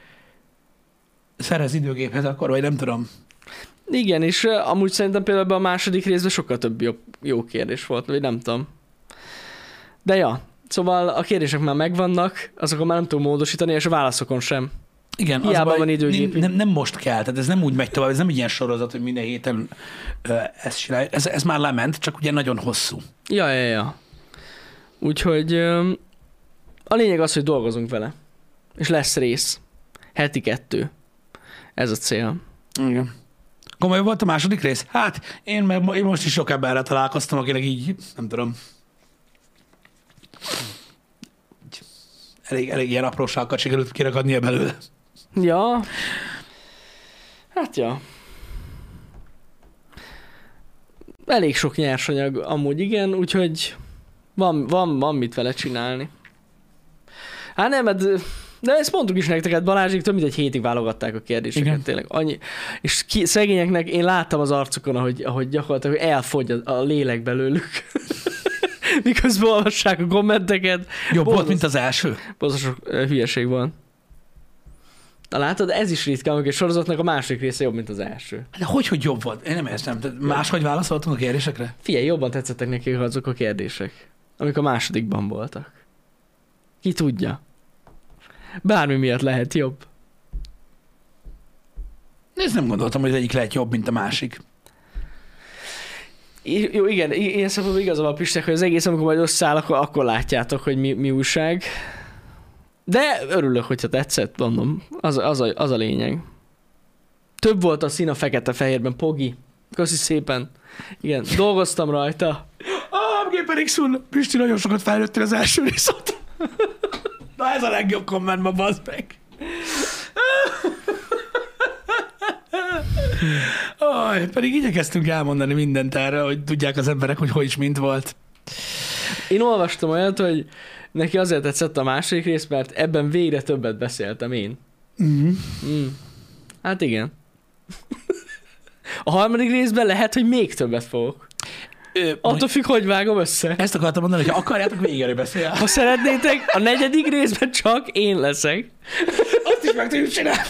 Speaker 1: szerez időgéphez akkor, vagy nem tudom.
Speaker 2: Igen, és ö, amúgy szerintem például ebben a második részben sokkal több jó, jó kérdés volt, vagy nem tudom. De ja, szóval a kérdések már megvannak, azokon már nem tudom módosítani, és a válaszokon sem.
Speaker 1: Igen,
Speaker 2: Hiába
Speaker 1: baj,
Speaker 2: van
Speaker 1: nin-
Speaker 2: időgépünk.
Speaker 1: Nem, nem most kell, tehát ez nem úgy megy tovább, ez nem egy ilyen sorozat, hogy minden héten ö, ezt csinálja. Ez, ez már lement, csak ugye nagyon hosszú.
Speaker 2: Ja, ja, ja. Úgyhogy ö, a lényeg az, hogy dolgozunk vele. És lesz rész. Heti kettő. Ez a cél.
Speaker 1: Igen. Komoly volt a második rész? Hát, én, meg, mo- én most is sok emberrel találkoztam, akinek így, nem tudom, Így elég, elég ilyen apróságokat sikerült kirakadnia belőle.
Speaker 2: Ja. Hát ja. Elég sok nyersanyag amúgy igen, úgyhogy van, van, van mit vele csinálni. Hát nem, mert de ezt mondtuk is nektek, hát Balázsik több mint egy hétig válogatták a kérdéseket, igen.
Speaker 1: Igen.
Speaker 2: tényleg. Annyi. És ki, szegényeknek én láttam az arcukon, ahogy, ahogy gyakorlatilag elfogy a, a lélek belőlük. Miközben olvassák a kommenteket,
Speaker 1: Jobb volt,
Speaker 2: Borzasztó.
Speaker 1: mint az első.
Speaker 2: Bozza sok ö, hülyeség van. Na látod, ez is ritkán, amikor egy sorozatnak a második része jobb, mint az első.
Speaker 1: De hogy, hogy jobb volt? Én nem értem. Tehát Máshogy válaszoltunk a kérdésekre?
Speaker 2: Figyelj, jobban tetszettek nekik azok a kérdések, amik a másodikban voltak. Ki tudja? Bármi miatt lehet jobb.
Speaker 1: Nézd, nem gondoltam, hogy az egyik lehet jobb, mint a másik.
Speaker 2: I- Jó, igen, i- ilyen szempontból igaza van Pistek, hogy az egész, amikor majd összeáll, akkor, akkor látjátok, hogy mi, mi újság. De örülök, hogyha tetszett, mondom. Az, a- az, a, az a lényeg. Több volt a szín a fekete-fehérben, Pogi. Köszi szépen. Igen, dolgoztam rajta.
Speaker 1: Ah, Géper X-un, Pisti, nagyon sokat fejlődtél az első rész óta. Na ez a legjobb komment ma, bazd meg. Aj, pedig igyekeztünk elmondani mindent erre, hogy tudják az emberek, hogy hogy is mint volt.
Speaker 2: Én olvastam olyat, hogy neki azért tetszett a második rész, mert ebben végre többet beszéltem én.
Speaker 1: Mm.
Speaker 2: Mm. Hát igen. A harmadik részben lehet, hogy még többet fogok.
Speaker 1: Ö,
Speaker 2: Attól függ, hogy vágom össze.
Speaker 1: ezt akartam mondani, hogy ha akarjátok, még erről beszél.
Speaker 2: Ha szeretnétek, a negyedik részben csak én leszek.
Speaker 1: Azt is meg tudjuk csinálni.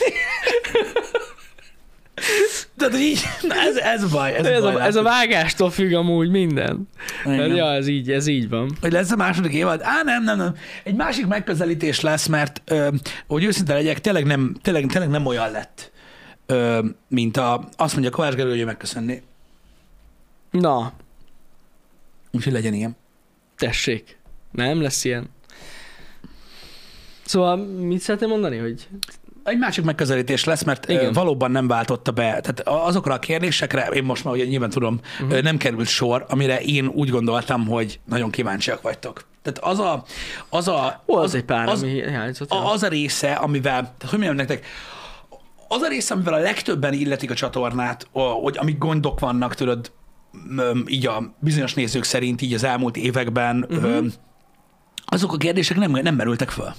Speaker 1: Tehát, hogy így, na ez, ez a baj. Ez,
Speaker 2: Ez,
Speaker 1: baj,
Speaker 2: a, ez
Speaker 1: látod.
Speaker 2: a vágástól függ amúgy minden.
Speaker 1: Igen.
Speaker 2: Tehát, ja, ez így, ez így van.
Speaker 1: Hogy lesz a második évad? Á, nem, nem, nem. Egy másik megközelítés lesz, mert, ö, hogy őszinte legyek, tényleg nem, tényleg, tényleg nem olyan lett, ö, mint a, azt mondja Kovács Gergő, hogy ő megköszönné.
Speaker 2: Na,
Speaker 1: Úgyhogy legyen ilyen.
Speaker 2: tessék. Nem lesz ilyen. Szóval mit szeretném mondani, hogy
Speaker 1: Egy másik megközelítés lesz, mert Igen.
Speaker 2: Igen.
Speaker 1: valóban nem váltotta be. Tehát a- azokra a kérdésekre, én most már ugye nyilván tudom,
Speaker 2: Mhm.
Speaker 1: uh-huh. nem került sor, amire én úgy gondoltam, hogy nagyon kíváncsiak vagytok. Tehát az a, az a,
Speaker 2: volt
Speaker 1: az,
Speaker 2: egy pár,
Speaker 1: az,
Speaker 2: ami hiányzott.
Speaker 1: a- az a része, amivel, tehát hogy mondjam nektek, az a része, amivel a legtöbben illetik a csatornát, a- hogy amik gondok vannak, tudod, m- így a bizonyos nézők szerint, így az elmúlt években, uh-huh. azok a kérdések nem, nem merültek föl.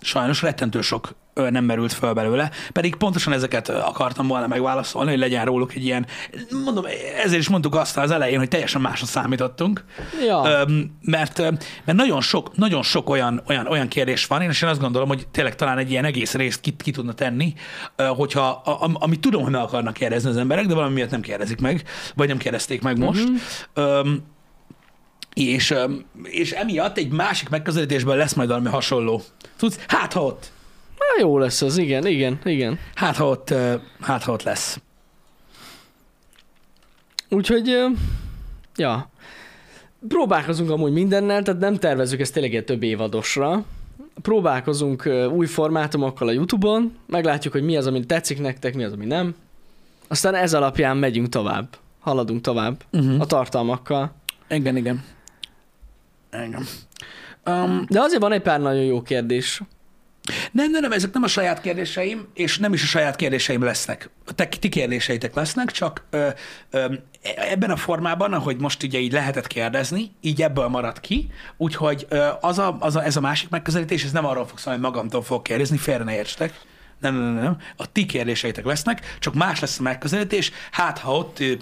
Speaker 1: Sajnos rettentő sok ö, nem merült föl belőle, pedig pontosan ezeket ö, akartam volna megválaszolni, hogy legyen róluk egy ilyen, mondom, ezért is mondtuk azt az elején, hogy teljesen másra számítottunk,
Speaker 2: ja.
Speaker 1: Öm, mert, öm, mert nagyon sok, nagyon sok olyan, olyan, olyan kérdés van, én, és én azt gondolom, hogy tényleg talán egy ilyen egész részt ki, ki tudna tenni, ö, hogyha, a, am- amit tudom, hogy meg akarnak kérdezni az emberek, de valami miatt nem kérdezik meg, vagy nem kérdezték meg most. Mm-hmm. És, öm, és emiatt egy másik megközelítésben lesz majd valami hasonló. Tudsz? Hát, ha ott.
Speaker 2: Na, jó lesz az, igen, igen, igen.
Speaker 1: Hát, ha ott, ö, hát, ha ott lesz.
Speaker 2: Úgyhogy, ö, ja. Próbálkozunk amúgy mindennel, tehát nem tervezzük ezt tényleg egy több évadosra. Próbálkozunk ö, új formátumokkal a YouTube-on, meglátjuk, hogy mi az, ami tetszik nektek, mi az, ami nem. Aztán ez alapján megyünk tovább, haladunk tovább
Speaker 1: Uh-huh.
Speaker 2: a tartalmakkal.
Speaker 1: Igen, igen. Igen. Um,
Speaker 2: De azért van egy pár nagyon jó kérdés.
Speaker 1: Nem, nem, nem, ezek nem a saját kérdéseim, és nem is a saját kérdéseim lesznek. Te, ti kérdéseitek lesznek, csak ö, ö, ebben a formában, ahogy most ugye így lehetett kérdezni, így ebből marad ki, úgyhogy ö, az a, az a, ez a másik megközelítés, ez nem arról fog szólni, hogy magamtól fog kérdezni, félre ne értsetek. Nem, nem, nem, nem. A ti kérdéseitek lesznek, csak más lesz a megközelítés, hát ha ott ö,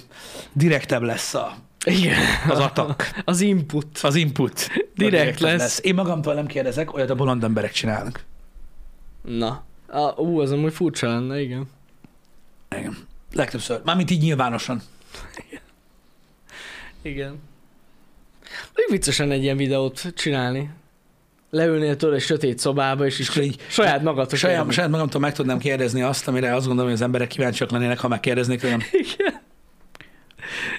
Speaker 1: direktebb lesz a,
Speaker 2: Igen.
Speaker 1: az atak,
Speaker 2: Az input.
Speaker 1: az input.
Speaker 2: Direkt
Speaker 1: Direktebb
Speaker 2: lesz.
Speaker 1: Én magamtól nem kérdezek, olyat a bolond emberek csinálnak.
Speaker 2: Na. A, ú, az amúgy furcsa lenne, igen.
Speaker 1: Igen. Legtöbbször. Mármint így nyilvánosan.
Speaker 2: Igen. Még viccesen egy ilyen videót csinálni. Leülnél tőle egy sötét szobába, és,
Speaker 1: És
Speaker 2: is
Speaker 1: így-
Speaker 2: saját magadhoz.
Speaker 1: Saját,
Speaker 2: kérdezni.
Speaker 1: saját magamtól meg tudnám kérdezni azt, amire azt gondolom, hogy az emberek kíváncsiak lennének, ha megkérdeznék tőlem.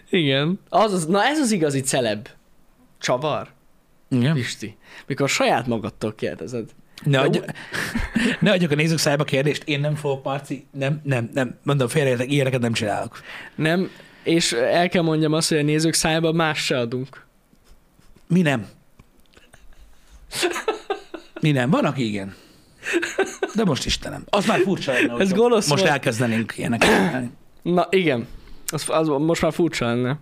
Speaker 2: Igen. Az, az, na ez az igazi celeb. Csavar,
Speaker 1: Igen.
Speaker 2: Pisti. Mikor saját magadtól kérdezed.
Speaker 1: Ne,
Speaker 2: De
Speaker 1: adj,
Speaker 2: ú-
Speaker 1: ne adjuk a nézők szájába kérdést, én nem fogok, Marci, nem, nem, nem, mondom, félreértek, ilyeneket nem csinálok.
Speaker 2: Nem, és el kell mondjam azt, hogy a nézők szájába más se adunk.
Speaker 1: Mi nem. Mi nem, van, aki igen. De most Istenem. Az már furcsa lenne, hogyha
Speaker 2: gonosz
Speaker 1: most
Speaker 2: volt.
Speaker 1: elkezdenénk ilyeneket csinálni.
Speaker 2: Na igen. Az, az most már furcsa lenne.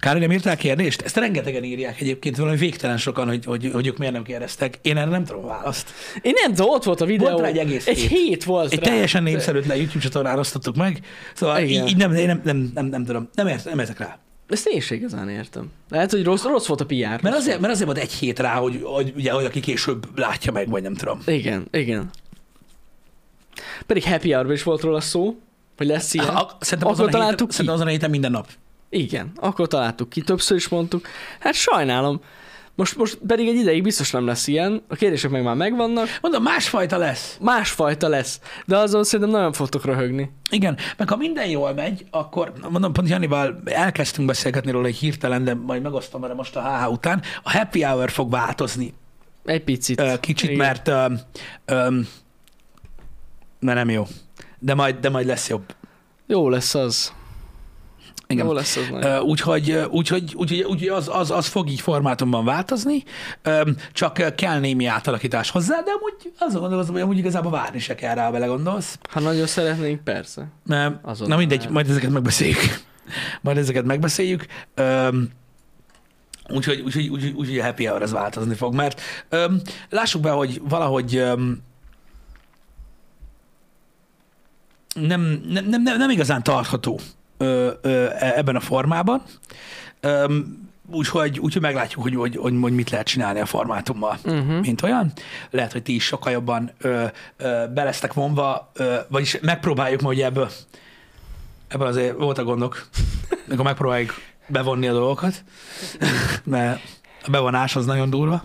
Speaker 1: Kár, hogy nem írtál kérdést? Ezt rengetegen írják egyébként, valami végtelen sokan, hogy, hogy, hogy ők miért nem kérdeztek. Én erre nem tudom a választ.
Speaker 2: Én nem tudom, ott volt a videó.
Speaker 1: Volt rá egy egész
Speaker 2: egy
Speaker 1: hét.
Speaker 2: hét. volt
Speaker 1: Egy
Speaker 2: rá.
Speaker 1: teljesen népszerűtlen YouTube csatornára osztottuk meg, szóval
Speaker 2: Igen.
Speaker 1: így, így nem, én nem, nem, nem, nem, tudom, nem, ért, nem ezek rá.
Speaker 2: Ezt én is igazán értem. Lehet, hogy rossz, rossz volt a PR.
Speaker 1: Mert azért, mert azért volt egy hét rá, hogy, hogy, ugye, hogy aki később látja meg, vagy nem tudom.
Speaker 2: Igen, igen. Pedig happy hour is volt róla szó, hogy lesz ilyen.
Speaker 1: Ha- Szerintem azon,
Speaker 2: Akkor
Speaker 1: a héten,
Speaker 2: találtuk ki.
Speaker 1: szerintem azon a héten minden nap.
Speaker 2: Igen, akkor találtuk ki, többször is mondtuk. Hát sajnálom, most, most pedig egy ideig biztos nem lesz ilyen, a kérdések meg már megvannak,
Speaker 1: Mondom, másfajta lesz.
Speaker 2: másfajta lesz, de azon szerintem nagyon fogtok röhögni.
Speaker 1: Igen, meg ha minden jól megy, akkor mondom, pont Janival elkezdtünk beszélgetni róla egy hirtelen, de majd megosztom vele most a HH után. A happy hour fog változni
Speaker 2: Egy picit.
Speaker 1: ö, kicsit,
Speaker 2: Igen.
Speaker 1: mert ö, ö, mert nem jó. De majd, de majd lesz jobb.
Speaker 2: Jó lesz az.
Speaker 1: Igen.
Speaker 2: Jó lesz az nagyon.
Speaker 1: Ö, Úgyhogy, ö, úgyhogy, úgyhogy, úgyhogy az, az, az fog így formátumban változni, öm, csak ö, kell némi átalakítás hozzá, de amúgy azon gondolkozom, hogy amúgy igazából várni se kell rá, ha belegondolsz.
Speaker 2: Ha nagyon szeretnénk, persze.
Speaker 1: Mert-
Speaker 2: Azonnal
Speaker 1: Na mindegy,
Speaker 2: lehet.
Speaker 1: majd ezeket megbeszéljük. Majd ezeket megbeszéljük. Öm, Úgyhogy, úgyhogy, úgyhogy, úgyhogy a happy hour az változni fog, mert öm, lássuk be, hogy valahogy öm, nem, nem, nem, nem, nem igazán tartható ö, ö, e- ebben a formában. Öm, Úgyhogy, úgyhogy meglátjuk, hogy, hogy, hogy, hogy mit lehet csinálni a formátummal, uh-huh. mint olyan. Lehet, hogy ti is sokkal jobban ö, ö, belesztek vonva, ö, vagyis megpróbáljuk ma ugye ebből Ebben azért voltak gondok, mikor megpróbáljuk bevonni a dolgokat, mert a bevonás az nagyon durva.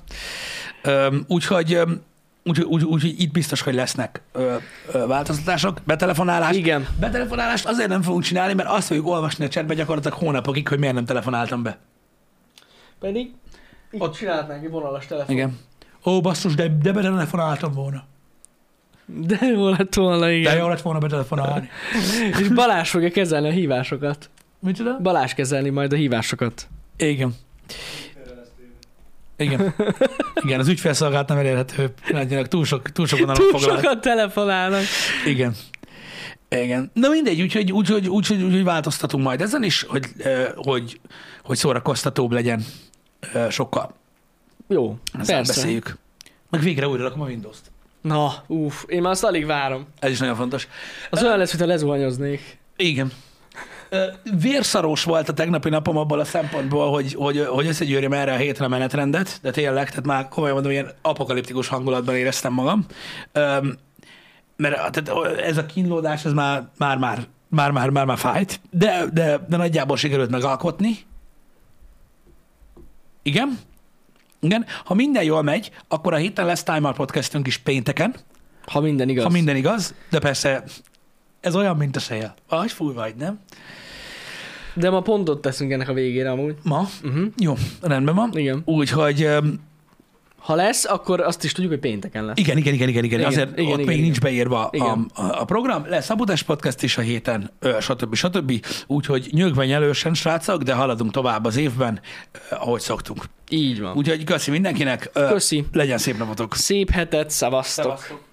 Speaker 1: Öm, Úgyhogy öm, Úgyhogy úgy, úgy, hogy itt biztos, hogy lesznek ö, ö, változtatások, betelefonálás.
Speaker 2: Igen.
Speaker 1: Betelefonálást azért nem fogunk csinálni, mert azt fogjuk olvasni a chatbe gyakorlatilag hónapokig, hogy miért nem telefonáltam be.
Speaker 2: Pedig itt
Speaker 1: Ott-
Speaker 2: Ott. csinálhatnánk egy vonalas telefon.
Speaker 1: Igen. Ó, basszus, de, de betelefonáltam volna.
Speaker 2: De jó lett volna, igen.
Speaker 1: De jó lett volna betelefonálni.
Speaker 2: És Balázs fogja kezelni a hívásokat.
Speaker 1: Micsoda?
Speaker 2: Balázs kezelni majd a hívásokat.
Speaker 1: Igen. Igen. Igen, az ügyfélszolgált nem elérhető pillanatnyilag túl sok, túl sok vonalon
Speaker 2: Túl
Speaker 1: foglalt.
Speaker 2: sokat telefonálnak.
Speaker 1: Igen. Igen. Na mindegy, úgyhogy, úgyhogy, úgyhogy, úgyhogy változtatunk majd ezen is, hogy, ö, hogy, hogy szórakoztatóbb legyen ö, sokkal.
Speaker 2: Jó,
Speaker 1: Ezzel
Speaker 2: persze.
Speaker 1: beszéljük. Meg végre újra rakom a Windows-t.
Speaker 2: Na, uff, én már azt alig várom.
Speaker 1: Ez is nagyon fontos.
Speaker 2: Az olyan lesz, mintha lezuhanyoznék.
Speaker 1: Igen. Ö, Vérszaros volt a tegnapi napom abból a szempontból, hogy, hogy, hogy összegyűrjem erre a hétre a menetrendet, de tényleg, tehát már komolyan mondom, ilyen apokaliptikus hangulatban éreztem magam. Öm, mert a- tehát ez a kínlódás, ez már már, már, már, már, már, már fájt, de, de, de nagyjából sikerült megalkotni. Igen. Igen. Ha minden jól megy, akkor a héten lesz Time Out podcastünk is pénteken.
Speaker 2: Ha minden igaz.
Speaker 1: Ha minden igaz, de persze ez olyan, mint a szél. Vagy fúj vagy, nem?
Speaker 2: De ma pontot teszünk ennek a végére amúgy.
Speaker 1: Ma?
Speaker 2: Uh-huh.
Speaker 1: Jó, rendben van.
Speaker 2: Igen.
Speaker 1: Úgyhogy öm,
Speaker 2: Ha lesz, akkor azt is tudjuk, hogy pénteken lesz.
Speaker 1: igen, igen, igen, igen, igen.
Speaker 2: Igen,
Speaker 1: Azért igen,
Speaker 2: igen,
Speaker 1: ott igen,
Speaker 2: igen,
Speaker 1: még igen.
Speaker 2: igen.
Speaker 1: nincs beírva a,
Speaker 2: Igen.
Speaker 1: a, a program. Lesz a Budás Podcast is a héten, ö, stb. stb. Úgyhogy nyögven nyelősen, srácok, de haladunk tovább az évben, ö, ahogy szoktunk.
Speaker 2: Így van.
Speaker 1: Úgyhogy köszi mindenkinek. Ö,
Speaker 2: Köszi.
Speaker 1: Legyen szép napotok.
Speaker 2: Szép hetet, szavaztok.
Speaker 1: Szevasztok.